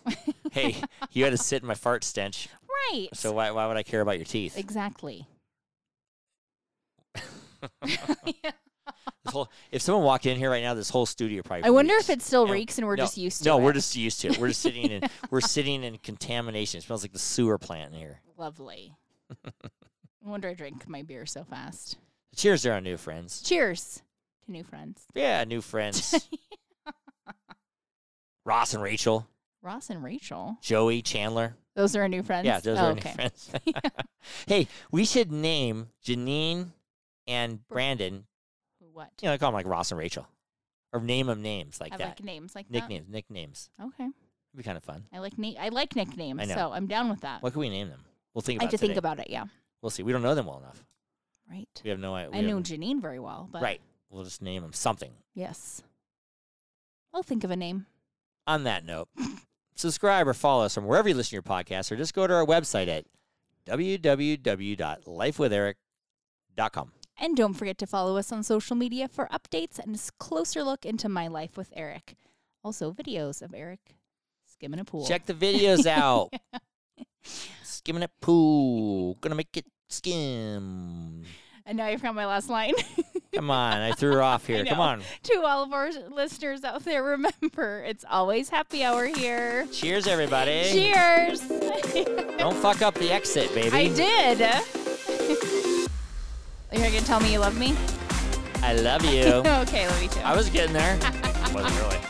Speaker 2: hey, you had to sit in my fart stench.
Speaker 1: Right.
Speaker 2: So why why would I care about your teeth?
Speaker 1: exactly.
Speaker 2: This whole- if someone walked in here right now, this whole studio probably.
Speaker 1: I wonder if
Speaker 2: reeks.
Speaker 1: it still
Speaker 2: And-
Speaker 1: reeks and we're
Speaker 2: no,
Speaker 1: just used to
Speaker 2: No,
Speaker 1: it.
Speaker 2: we're just used to it. We're just sitting in we're sitting in contamination. It smells like the sewer plant in here.
Speaker 1: lovely. no wonder I drink my beer so fast.
Speaker 2: Cheers to our new friends.
Speaker 1: Cheers to new friends,
Speaker 2: Yeah, new friends. Ross and Rachel,
Speaker 1: Ross and Rachel.
Speaker 2: Joey, Chandler.
Speaker 1: Those are our new friends.
Speaker 2: Yeah, those
Speaker 1: Oh,
Speaker 2: are our
Speaker 1: okay.
Speaker 2: new friends. hey, we should name Janine and Brandon.
Speaker 1: What?
Speaker 2: You know, I call them like Ross and Rachel, or name them names like
Speaker 1: I
Speaker 2: that.
Speaker 1: like names like
Speaker 2: nicknames, nicknames.
Speaker 1: that. Okay.
Speaker 2: It'd be kind of fun.
Speaker 1: I like na- I like nicknames,
Speaker 2: I know.
Speaker 1: so I'm down with that.
Speaker 2: What can we name them? We'll
Speaker 1: Uh,
Speaker 2: think
Speaker 1: I have
Speaker 2: about.
Speaker 1: to
Speaker 2: it
Speaker 1: think
Speaker 2: today.
Speaker 1: about it. Yeah.
Speaker 2: We'll see. We don't know them well enough.
Speaker 1: Right.
Speaker 2: We have no idea.
Speaker 1: I know Janine very well, but
Speaker 2: Right. We'll just name them something.
Speaker 1: Yes. I'll think of a name.
Speaker 2: On that note, subscribe or follow us from wherever you listen to your podcast, or just go to our website at www.lifewitheric.com.
Speaker 1: And don't forget to follow us on social media for updates and a s- closer look into my life with Eric. Also, videos of Eric skimming a pool.
Speaker 2: Check the videos out. Skimming it pool. Gonna make it skim.
Speaker 1: And now I forgot my last line.
Speaker 2: Come on. I threw her off here. Come
Speaker 1: know.
Speaker 2: on.
Speaker 1: to all of our listeners out there, remember it's always happy hour here.
Speaker 2: Cheers, everybody.
Speaker 1: Cheers!
Speaker 2: Don't fuck up the exit, baby.
Speaker 1: I did. You're not gonna tell me you love me?
Speaker 2: I love you.
Speaker 1: Okay, love you too.
Speaker 2: I was getting there. Wasn't really.